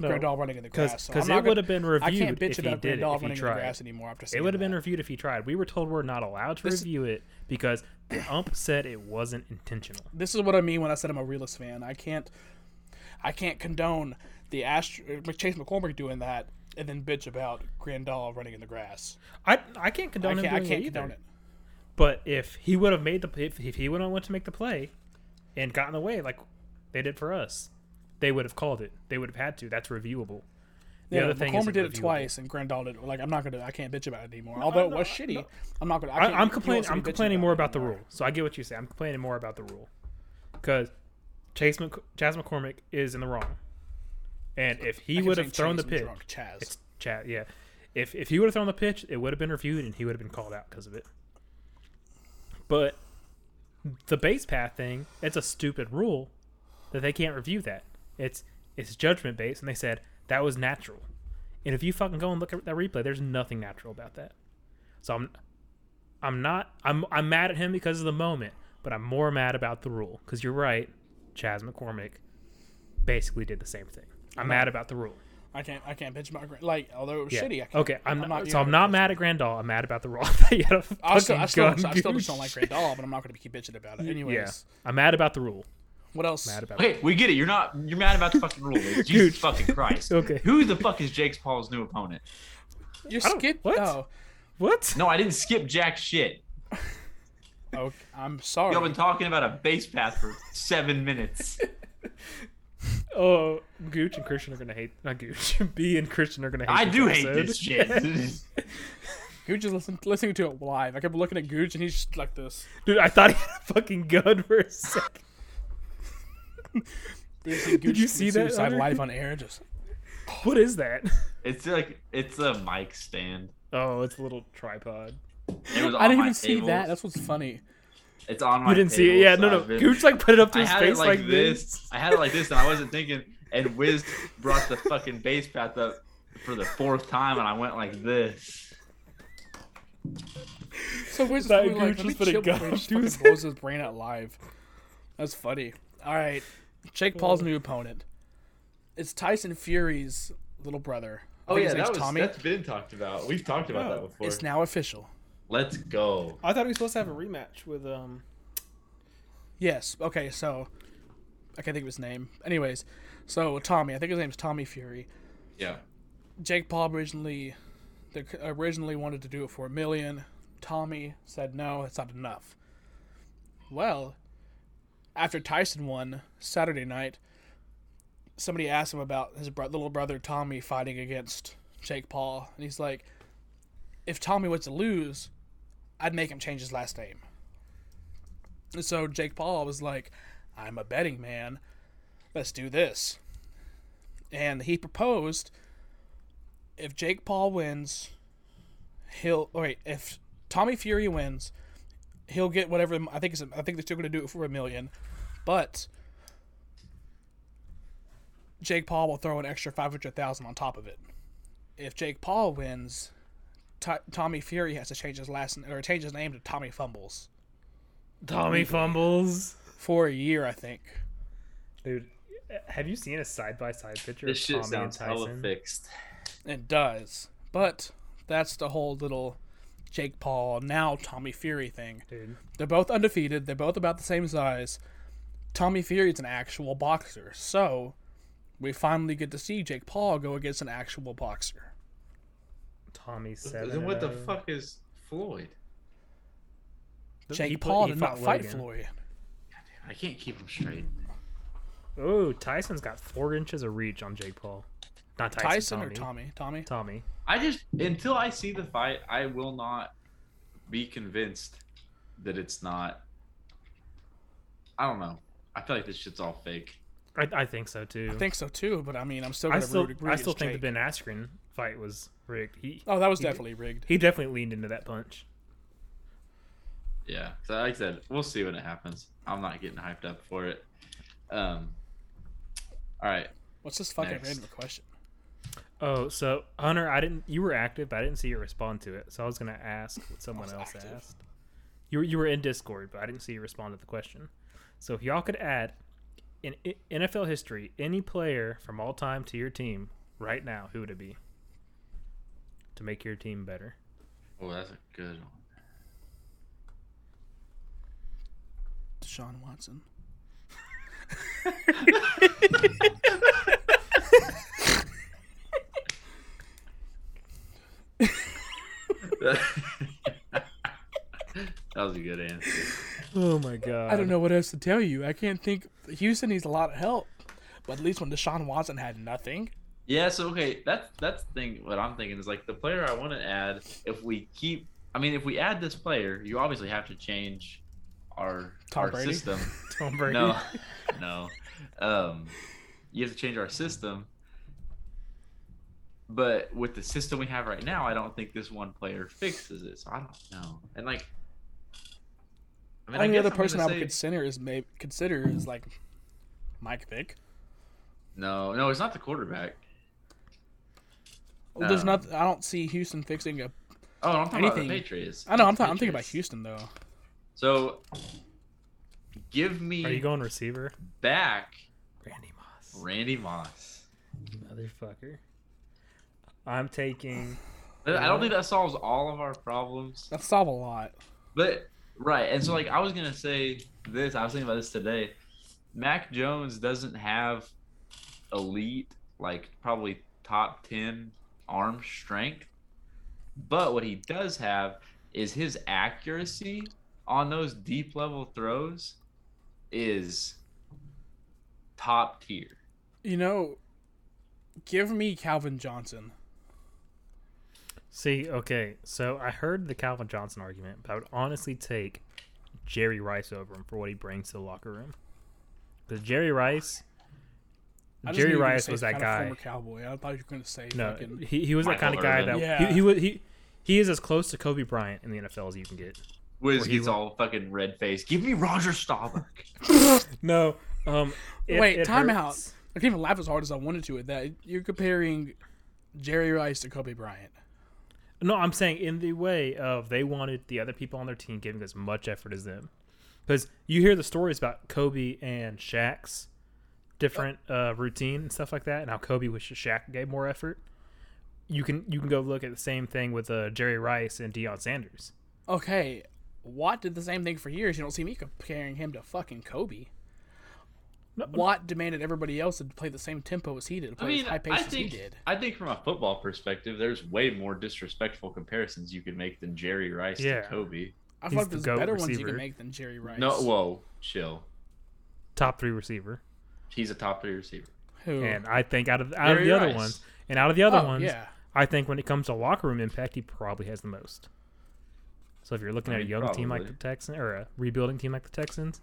No, Grandal running in the grass. because So because I'm not it gonna- would have been I reviewed can't if bitch he about did it, if Grandal he running in the tried. grass anymore after It seeing would have that. been reviewed if he tried. We were told we're not allowed to This- review it because the ump said it wasn't intentional. this is what I mean when I said I'm a realist fan. I can't, I can't condone the Astro uh, Chase McCormick doing that and then bitch about Grandal running in the grass. I I can't I condone can't, him I doing can't it either. condone it. But if he would have made the if, if he would have went to make the play and got in the way like they did for us, they would have called it. They would have had to. That's reviewable. The Yeah, other thing is McCormick did it reviewable. twice, and Grandal did. Like I'm not gonna, I can't bitch about it anymore. Although it no, was shitty, I'm not gonna. I I, can't- I'm you complaining. also I'm be bitching complaining more it about the anymore. rule. So I get what you say. I'm complaining more about the rule because Chase Mc, Chaz McCormick is in the wrong, and if I he keep would saying have thrown Chase, the I'm pitch, drunk. Chaz. it's Chaz. Yeah, if if he would have thrown the pitch, it would have been reviewed and he would have been called out because of it. But the base path thing, it's a stupid rule that they can't review that. It's it's judgment based, and they said that was natural. And if you fucking go and look at that replay, there's nothing natural about that. So I'm I'm not I'm I'm mad at him because of the moment, but I'm more mad about the rule because you're right. Chaz McCormick basically did the same thing. I'm mad about the rule. I can't. I can't bitch about Gran- like. Although it was Yeah. shitty. I can't, okay, I'm, not, I'm not- so you're I'm not not mad at Grandal. I'm mad about the rule. I thought you had a I still, I fucking still, I gun still, goose. just don't like Grandal, but I'm not gonna be keep bitching about it. Anyways, Yeah, I'm mad about the rule. what else? Mad about Okay, we get it. You're not. You're mad about the fucking rule. Like, Jesus fucking Christ. Okay. Who the fuck is Jake Paul's new opponent? You I don't- skip. what? Oh, what? No, I didn't skip jack shit. okay. oh, I'm sorry. Y'all been talking about a base path for seven minutes. Oh, Gooch and Christian are gonna hate. Not Gooch. B and Christian are gonna hate. I this do hate episode. this shit. Gooch is listen, listening to it live. I kept looking at Gooch, and he's just like this. dude. I thought he had a fucking gun for a second. Did you see that, Suicide Hunter? live on air. Just What is that? It's like it's a mic stand. Oh, it's a little tripod. It was on I didn't my even see table. that. That's what's funny. It's on my. You didn't see it? table, Yeah, so no, I've no. been- Gooch like put it up to I his had face it like, this. this. I had it like this, and I wasn't thinking. And Wiz brought the fucking base path up for the fourth time, and I went like this. So Wiz is That really Gooch like, let me just put a chill gun before he just to his fucking blows his brain out live. That's funny. All right, Jake Paul's new opponent. It's Tyson Fury's little brother. Oh, I think his name's Tommy. been talked about. We've talked about that before. It's now official. Let's go. I thought we were supposed to have a rematch with um. Yes. Okay. So I can't think of his name. Anyways, so Tommy. I think his name's Tommy Fury. Yeah. Jake Paul originally they originally wanted to do it for a million. Tommy said no, that's not enough. Well, after Tyson won Saturday night, somebody asked him about his bro- little brother Tommy fighting against Jake Paul, and he's like, "If Tommy was to lose, I'd make him change his last name." And so Jake Paul was like, "I'm a betting man. Let's do this." And he proposed if Jake Paul wins, he'll oh wait. If Tommy Fury wins, he'll get whatever. I think it's, I think they're still going to do it for a million, but Jake Paul will throw an extra five hundred thousand on top of it. If Jake Paul wins, Ti- Tommy Fury has to change his last or change his name to Tommy Fumbles Tommy fumbles. for a year, I think. Dude, have you seen a side by side picture This shit of Tommy and sounds hella Tyson? fixed. It does, but that's the whole little Jake Paul now Tommy Fury thing. Dude, They're both undefeated. They're both about the same size. Tommy Fury's an actual boxer, so we finally get to see Jake Paul go against an actual boxer. Tommy seven. Then what the and oh. fuck is Floyd? He Jake put- Paul he did fought not fight Logan. Floyd. I can't keep him straight. Oh, Tyson's got four inches of reach on Jake Paul. Not Tyson, Tyson Tommy. or Tommy? Tommy. Tommy. I just until I see the fight, I will not be convinced that it's not. I don't know. I feel like this shit's all fake. I, I think so too. I think so too, but I mean, I'm still I gonna still, root, root I still against think Jake. the Ben Askren fight was rigged. He Oh, that was he did- definitely rigged. he definitely leaned into that punch. Yeah. So like I said, we'll see when it happens. I'm not getting hyped up for it. Um. All right. What's this fucking Next. random question? Oh, so Hunter, I didn't. You were active, but I didn't see you respond to it. So I was gonna ask what someone was else active. asked. You were, you were in Discord, but I didn't see you respond to the question. So if y'all could add in I- NFL history, any player from all time to your team right now, who would it be? To make your team better. Oh, that's a good one. Deshaun Watson. that was a good answer. Oh my god. I don't know what else to tell you. I can't think. Houston needs a lot of help, but at least when Deshaun Watson had nothing, Yeah, so okay, that's that's the thing. What I'm thinking is like the player I want to add. If we keep, I mean, if we add this player, you obviously have to change our Tom our Brady? system. Tom Brady. No, no, um, you have to change our system. But with the system we have right now, I don't think this one player fixes it. So I don't know. And like, I mean, I Only guess other I'm person I gonna would say- consider is maybe consider is like Mike Vick. no, no, it's not the quarterback. Well, There's Um, not. I don't see Houston fixing a. Oh, I'm talking about the Anything. Patriots. I know. I'm, talking. I'm thinking about Patriots. Houston though. So, give Are you me going receiver? back Randy Moss. Randy Moss. Motherfucker. I'm taking But I don't think that solves all of our problems. That solve a lot. But right, and so like I was gonna say this. I was thinking about this today. Mac Jones doesn't have elite, like probably top ten arm strength. But what he does have is his accuracy on those deep level throws is top tier. You know, give me Calvin Johnson. See, okay, so I heard the Calvin Johnson argument, but I would honestly take Jerry Rice over him for what he brings to the locker room. Because Jerry Rice, I just Jerry knew you were gonna Rice say was that kinda guy. Former cowboy. I thought you were going to say No, fucking. he, he was that Michael kind of guy that Irvin. Yeah. he, he was he he is as close to Kobe Bryant in the NFL as you can get. Wiz he gets went- all fucking red faced. Give me Roger Staubach. No, um, it- Wait, it time hurts. out. I can't even laugh as hard as I wanted to at that. You're comparing Jerry Rice to Kobe Bryant. No, I'm saying in the way of they wanted the other people on their team giving as much effort as them. Because you hear the stories about Kobe and Shaq's different uh, routine and stuff like that, and how Kobe wishes Shaq gave more effort. You can you can go look at the same thing with uh, Jerry Rice and Deion Sanders. Okay, Watt did the same thing for years. You don't see me comparing him to fucking Kobe. No, Watt demanded everybody else to play the same tempo as he did, I to play mean, as high I pace as think he did. I think from a football perspective, there's way more disrespectful comparisons you can make than Jerry Rice Yeah. to Kobe. I he's thought the there's GOAT better ones you receiver. can make than Jerry Rice. No, whoa, chill. top three receiver, He's a top three receiver. Who? and I think out of out of Jerry the other Rice. ones, and out of the other Oh, ones, yeah. I think when it comes to locker room impact, he probably has the most. So if you're looking I at a mean, young team like the probably. Texans or a rebuilding team like the Texans,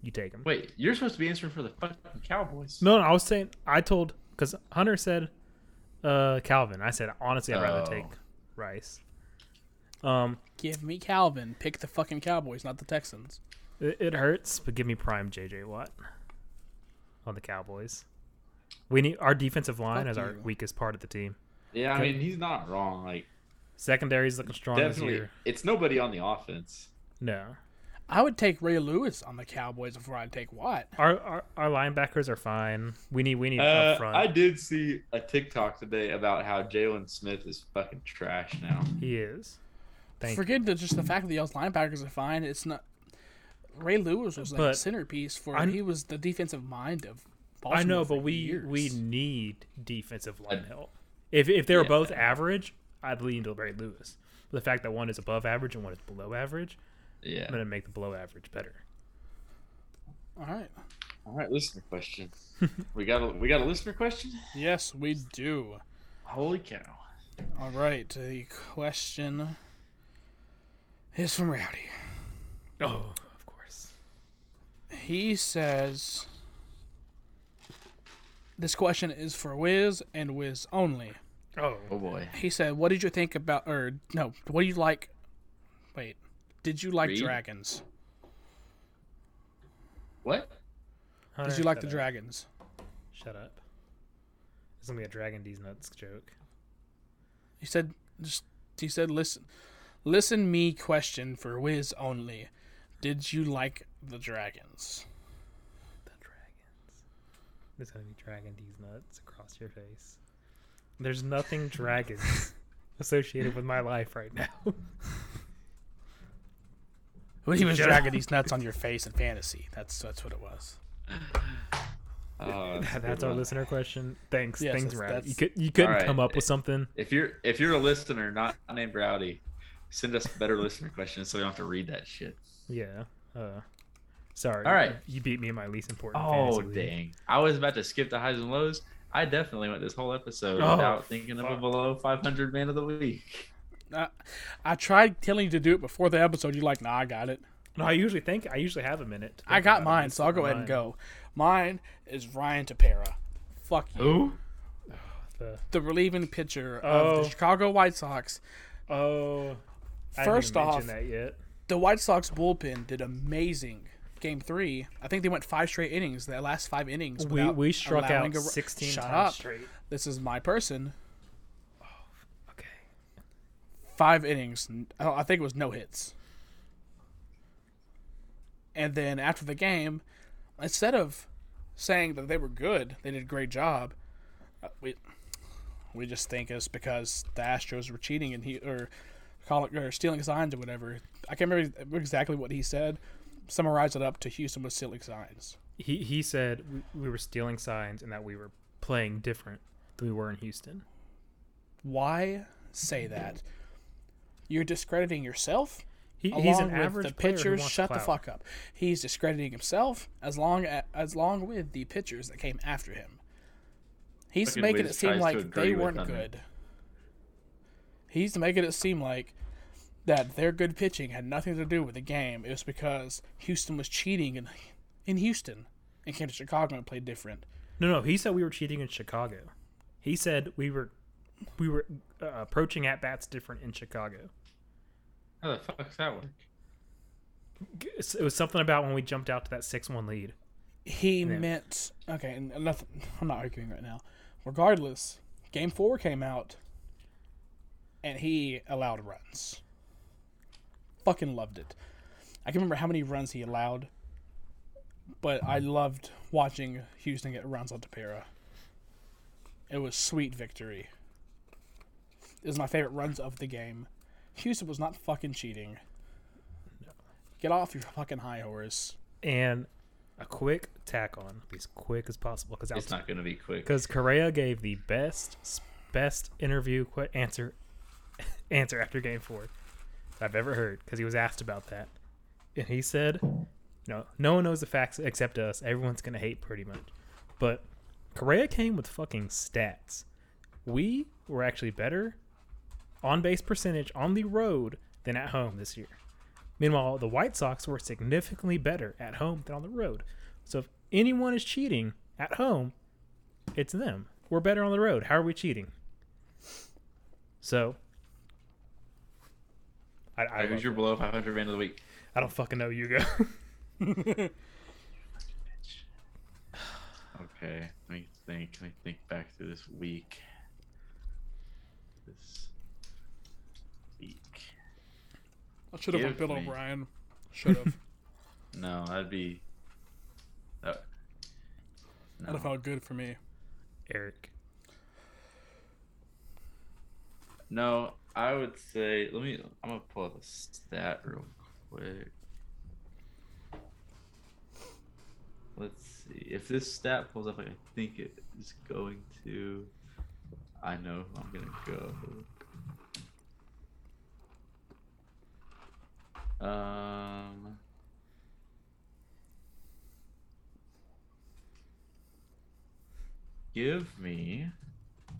you take him. Wait, you're supposed to be answering for the fucking Cowboys. No, no, I was saying I told because Hunter said uh, Calvin. I said honestly, I'd rather Oh. take Rice. Um, Give me Calvin. Pick the fucking Cowboys, not the Texans. it, it hurts, but give me prime JJ Watt on the Cowboys. We need our defensive line Fuck is our you. weakest part of the team. Yeah, I mean he's not wrong. Like Secondary's looking strong this definitely, year. it's nobody on the offense. No, I would take Ray Lewis on the Cowboys before I'd take Watt. our, our our linebackers are fine. We need we need Uh, up front. I did see a TikTok today about how Jalen Smith is fucking trash now. He is. Thank Forget the, just the fact that the y'all's linebackers are fine. It's not. Ray Lewis was like the But centerpiece for. I- he was the defensive mind of. Baltimore I know, for but we years. we need defensive line help. If if they were Yeah. both average, I'd lean to Ray Lewis. But the fact that one is above average and one is below average, I'm Yeah. gonna make the below average better. All right. All right, listener question. we got a we got a listener question. Yes, we do. Holy cow. All right. The question is from Rowdy. Oh, of course. He says this question is for Wiz and Wiz only. Oh, Oh boy. He said, "What did you think about or no, what do you like? Wait. Did you like Read? dragons? What? Hunter, Did you like shut the up. dragons? Shut up. It's gonna be a Dragon D's nuts joke. He said just he said listen listen me question for Wiz only. Did you like the dragons?" The dragon. There's gonna be dragging these nuts across your face. There's nothing dragons associated with my life right now. When he was Shut dragging these nuts on your face in fantasy. That's that's what it was. That- Uh, that's a that's good our one. listener question. Thanks, Yes, thanks, that's- Rad. You that's- could you couldn't All right. come up with something. If you're if you're a listener not named Rowdy, send us better listener questions so we don't have to read that shit. Yeah. Uh, sorry. All right. You beat me in my least important. Oh fantasy league. dang! I was about to skip the highs and lows. I definitely went this whole episode Oh, without thinking of a fuck. below 500 man of the week. I, I tried telling you to do it before the episode. You're like, nah, I got it. No, I usually think I usually have a minute. to I think about got it. mine, so I'll go ahead and Mine. go. Mine is Ryan Tapera. Fuck you. Who? The- The relieving pitcher of Oh. the Chicago White Sox. oh. I haven't First even off, mentioned that yet. the White Sox bullpen did amazing. Game three, I think they went five straight innings. Their last five innings, We without we struck allowing out a ru- 16 Shut times up. straight. This is my person. Okay. Five innings. n- oh, I think it was no hits. And then after the game, instead of saying that they were good, they did a great job. uh, We we just think it's because the Astros were cheating and he or calling or stealing signs or whatever. I can't remember exactly what he said. Summarize it up to Houston was stealing signs. He he said we, we were stealing signs and that we were playing different than we were in Houston. why say that? You're discrediting yourself. He, Along he's an with average the player who pitchers, wants to shut the clout. fuck up. He's discrediting himself as long as, as long with the pitchers that came after him. He's Fucking making Wiz it tries seem to like agree they with weren't Hunter. good. He's making it seem like that their good pitching had nothing to do with the game. It was because Houston was cheating in in Houston and came to Chicago and played different. No, no, he said we were cheating in Chicago. He said we were we were uh, approaching at bats different in Chicago. How the fuck does that work? G- It was something about when we jumped out to that six-one lead. He meant okay. And nothing. I'm not arguing right now. Regardless, Game Four came out, and he allowed runs. Fucking loved it. I can remember how many runs he allowed, but I loved watching Houston get runs on Tapera. It was sweet victory. It was my favorite runs of the game. Houston was not fucking cheating. Get off your fucking high horse. and a quick tack on, be as quick as possible, because It's not gonna be quick. because Correa gave the best best interview qu- answer answer after Game Four I've ever heard, because he was asked about that, and he said, "You know, no one knows the facts except us. Everyone's gonna hate pretty much." But Correa came with fucking stats. We were actually better on base percentage on the road than at home this year. Meanwhile, the White Sox were significantly better at home than on the road. So if anyone is cheating at home, it's them. We're better on the road. How are we cheating? So I, I, Alright, love- who's your below 500 man of the week? I don't fucking know you go. Okay, let me think. Let me think back to this week. This week. I should have Give went Bill me. O'Brien. Should have. No, that'd be. That, That'd have felt good for me. Eric. no, I would say. Let me. I'm gonna pull up a stat real quick. Let's see if this stat pulls up. Like I think it is going to. I know who I'm gonna go. Um. Give me.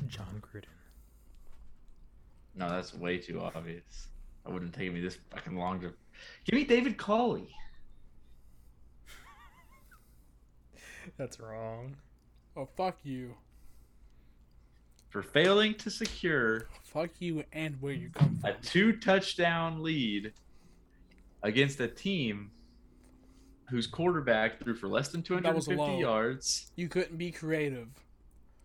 John Gruden. No, that's way too obvious. That wouldn't take me this fucking long to. Give me David Cauley. That's wrong. Oh fuck you, for failing to secure fuck you, and where you come a from. two touchdown lead against a team whose quarterback threw for less than That was 250 low. yards, You couldn't be creative.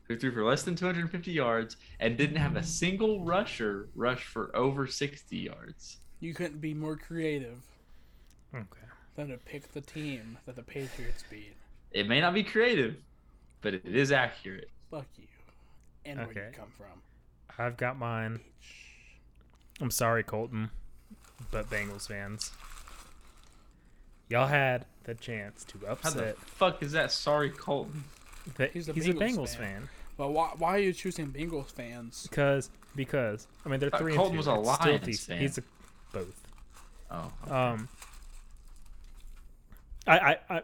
who threw for less than 250 yards and didn't have a single rusher rush for over 60 yards. You couldn't be more creative Okay. than to pick the team that the Patriots beat. It may not be creative, but it is accurate. Fuck you. And where you Okay. come from. I've got mine. I'm sorry, Colton, but Bengals fans, y'all had the chance to How upset. the fuck is that? Sorry, Colton. that He's he's a a, Bengals Bengals fan. fan But why, why are you choosing Bengals fans? because because I mean they're thought three. Uh, Colton and was two. a It's still Lions decent. fan. He's a, both. Oh, Um, I, I, I,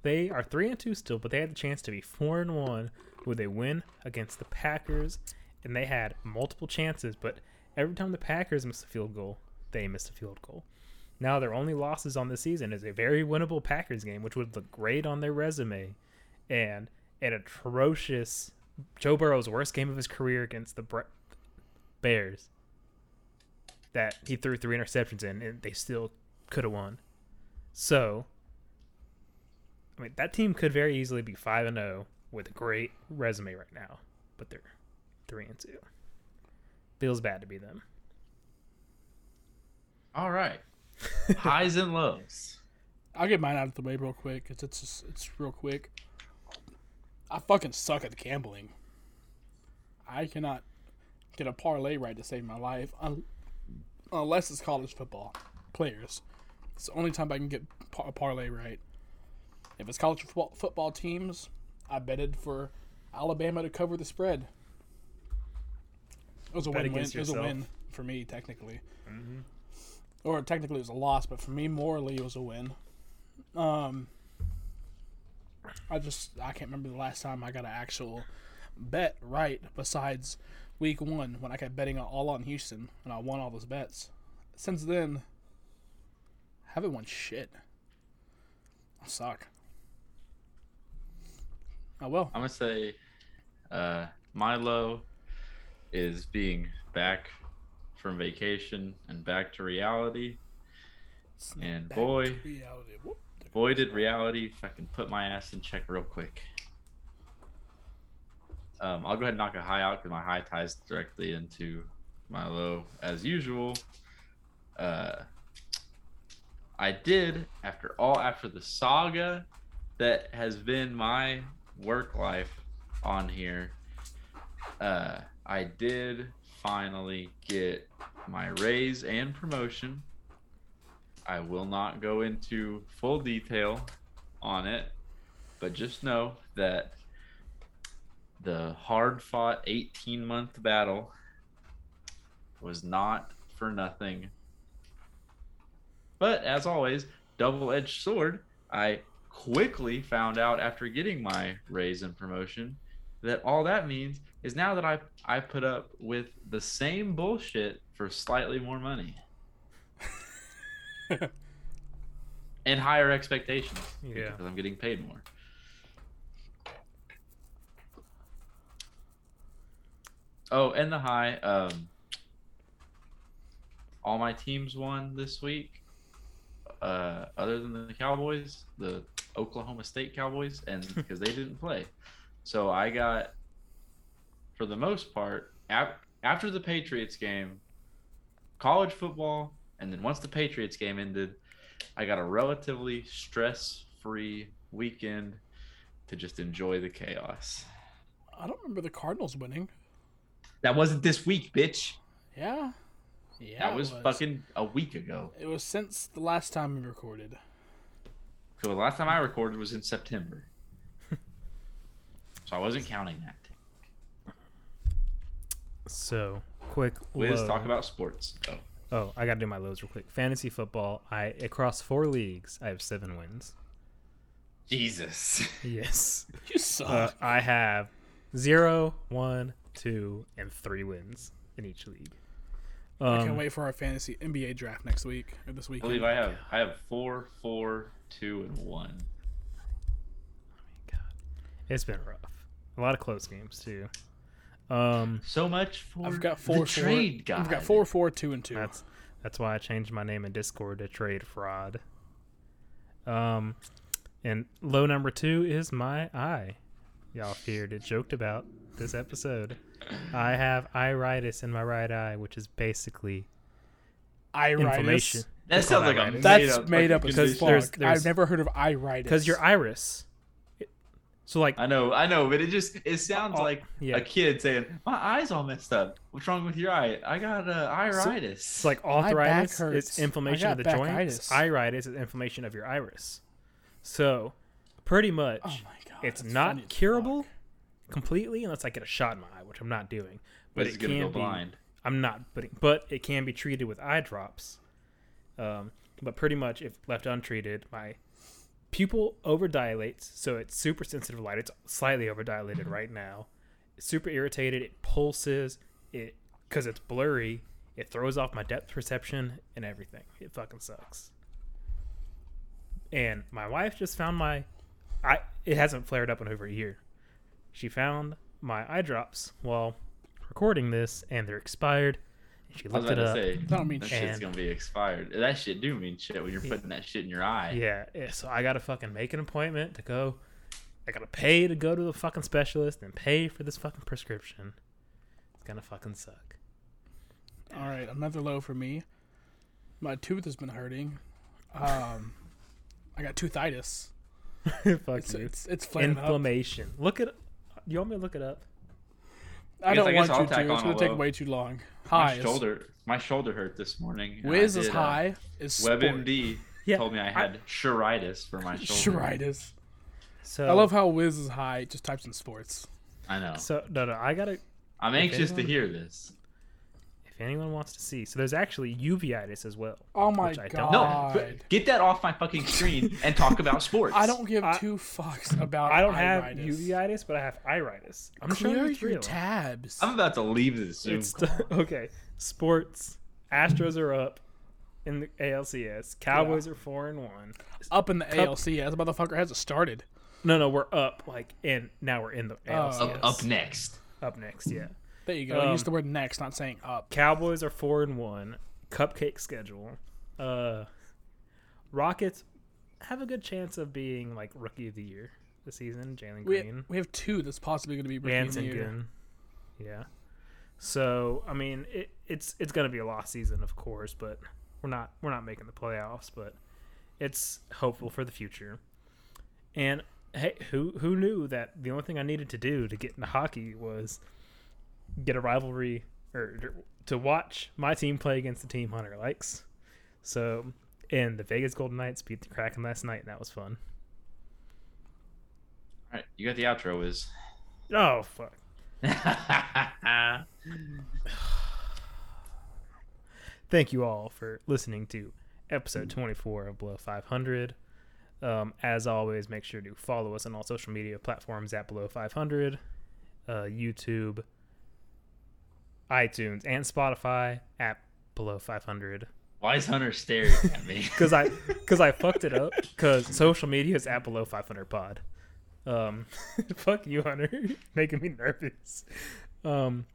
they are three and two still, but they had the chance to be four and one with a win against the Packers, and they had multiple chances. But every time the Packers missed a field goal, they missed a field goal. Now their only losses on the season is a very winnable Packers game, which would look great on their resume, and an atrocious Joe Burrow's worst game of his career against the Bra- Bears that he threw three interceptions in, and they still could have won. So, I mean, that team could very easily be five and zero with a great resume right now, but they're three and two. Feels bad to be them. all right. Highs and lows. I'll get mine out of the way real quick. It's it's just, it's real quick. I fucking suck at gambling. I cannot get a parlay right to save my life un- unless it's college football players. It's the only time I can get par- a parlay right. If it's college football, football teams, I betted for Alabama to cover the spread. It was a Bet win-win. against It was a yourself. Mm-hmm. win for me technically, or technically it was a loss, but for me morally it was a win. Um, I just I can't remember the last time I got an actual bet right besides week one when I kept betting all on Houston and I won all those bets. Since then, I haven't won shit. I suck. Oh, I will. I'm gonna say, uh, my low is being back from vacation and back to reality. And Back boy, to reality. Whoop. Boy, did reality fucking put my ass in check real quick. Um, I'll go ahead and knock a high out because my high ties directly into my low as usual. Uh, I did, after all, after the saga that has been my work life on here, uh, I did finally get my raise and promotion. I will not go into full detail on it, but just know that the hard fought 18 month battle was not for nothing. But as always, double edged sword, I quickly found out after getting my raise and promotion that all that means is now that I, I put up with the same bullshit for slightly more money and higher expectations Yeah. because I'm getting paid more. Oh, and the high. Um, all my teams won this week, uh, other than the Cowboys, the Oklahoma State Cowboys, and because they didn't play. So I got, for the most part, ap- after the Patriots game, college football, and then once the Patriots game ended, I got a relatively stress free weekend to just enjoy the chaos. I don't remember the Cardinals winning. That wasn't this week, bitch. Yeah. Yeah. that it was, fucking a week ago. It was since the last time we recorded. So the last time I recorded was in September. so I wasn't counting that. So quick. Liz, low. talk about sports. Oh, Oh, I gotta do my lows real quick. Fantasy football. I across four leagues, I have seven wins. Jesus. Yes. You suck. Uh, I have zero, one, two, and three wins in each league. I Um, can't wait for our fantasy NBA draft next week or this I believe weekend. I have I have four, four, two, and one. God, it's been rough. A lot of close games too. Um, So much for I've got four, the trade four. guy. I've got four, four, two, and two. that's that's why I changed my name in Discord to Trade Fraud. Um, and low number two is my eye. Y'all feared it, joked about this episode. I have iritis in my right eye, which is basically Iritis. inflammation. That sounds like a Iritis. made That's up made up fucking as Because fuck. condition. there's- there's- Oh I've never heard of iritis. because your iris it So like, I know, I know, but it just it sounds Oh, like yeah, a kid saying, "My eye's all messed up. What's wrong with your eye? I got uh, iritis." it's like back arthritis hurts. is I inflammation of got the backitis. joints. Iritis is inflammation of your iris. So, pretty much, Oh my god. it's that's not funny as curable fuck. completely unless I get a shot in my eye, which I'm not doing. But it's it gonna can go be- blind. I'm not, but it, but it can be treated with eye drops. Um, but pretty much, if left untreated, my pupil overdilates, so it's super sensitive light. It's slightly overdilated Mm-hmm. right now. It's super irritated. It pulses. It because it's blurry. It throws off my depth perception and everything. It fucking sucks. And my wife just found my, I it hasn't flared up in over a year. She found my eye drops while recording this, and they're expired. And she I was looked about it to up. say, Don't mean that shit. shit's gonna be expired. That shit do mean shit when you're putting that shit in your eye. Yeah, yeah, so I gotta fucking make an appointment to go. I gotta pay to go to the fucking specialist and pay for this fucking prescription. It's gonna fucking suck. All right, another low for me. My tooth has been hurting. Um, I got toothitis. Fuck It's you. it's, it's flaring up. Inflammation. Look it. You want me to look it up? I guess- don't I guess want I'll you tack to. It's on a gonna take low. way too long. My High. is- shoulder, my shoulder hurt this morning. and I Wiz is did, uh, high. Is sport. WebMD Yeah, told me I I- had chiritis for my shoulder. Shritis. So I love how Wiz is high. Just types in sports. I know. So no, no. I gotta. I'm anxious to anyone- hear this. If anyone wants to see, so there's actually uveitis as well. Oh my Which I don't- god. No, but get that off my fucking screen and talk about sports. I don't give I- two fucks about. I don't have iritis. uveitis, but I have iritis. I'm Clear sure it's your real. tabs. I'm about to leave this Zoom It's call. okay. Sports. Astros are up in the ALCS. Cowboys are four and one. up in the ALCS. This motherfucker hasn't started. No, no, we're up. Like, and now we're in the ALCS. Oh, Up, up next. Up next, yeah. There you go. Um, Use the word next, not saying up. Cowboys are four and one. Cupcake schedule. Uh, Rockets have a good chance of being like rookie of the year this season. Jalen We, Green, we have two that's possibly going to be rookie of the Jansen year. Gun. Yeah. So I mean, it, it's it's gonna be a lost season, of course, but we're not we're not making the playoffs, but it's hopeful for the future. And hey, who who knew that the only thing I needed to do to get into hockey was get a rivalry or to watch my team play against the team Hunter likes. So, and the Vegas Golden Knights beat the Kraken last night, and that was fun. All right, you got the outro, Wiz. Oh fuck. thank you all for listening to episode 24 of Below 500. Um, as always, make sure to follow us on all social media platforms at Below 500, uh, YouTube, iTunes, and Spotify at Below 500. Why is Hunter staring at me? Because I, cause I fucked it up. Because social media is at Below 500 Pod. Um, fuck you, Hunter. Making me nervous. Um,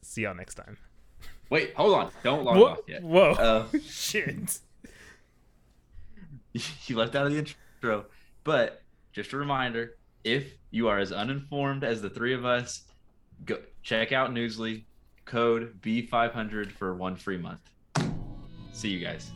see y'all next time. Wait, hold on. Don't log off Whoa. yet. Whoa. Uh, Shit. you left out of the intro. But just a reminder if you are as uninformed as the three of us, go check out Newsly, code B500 for one free month. See you guys.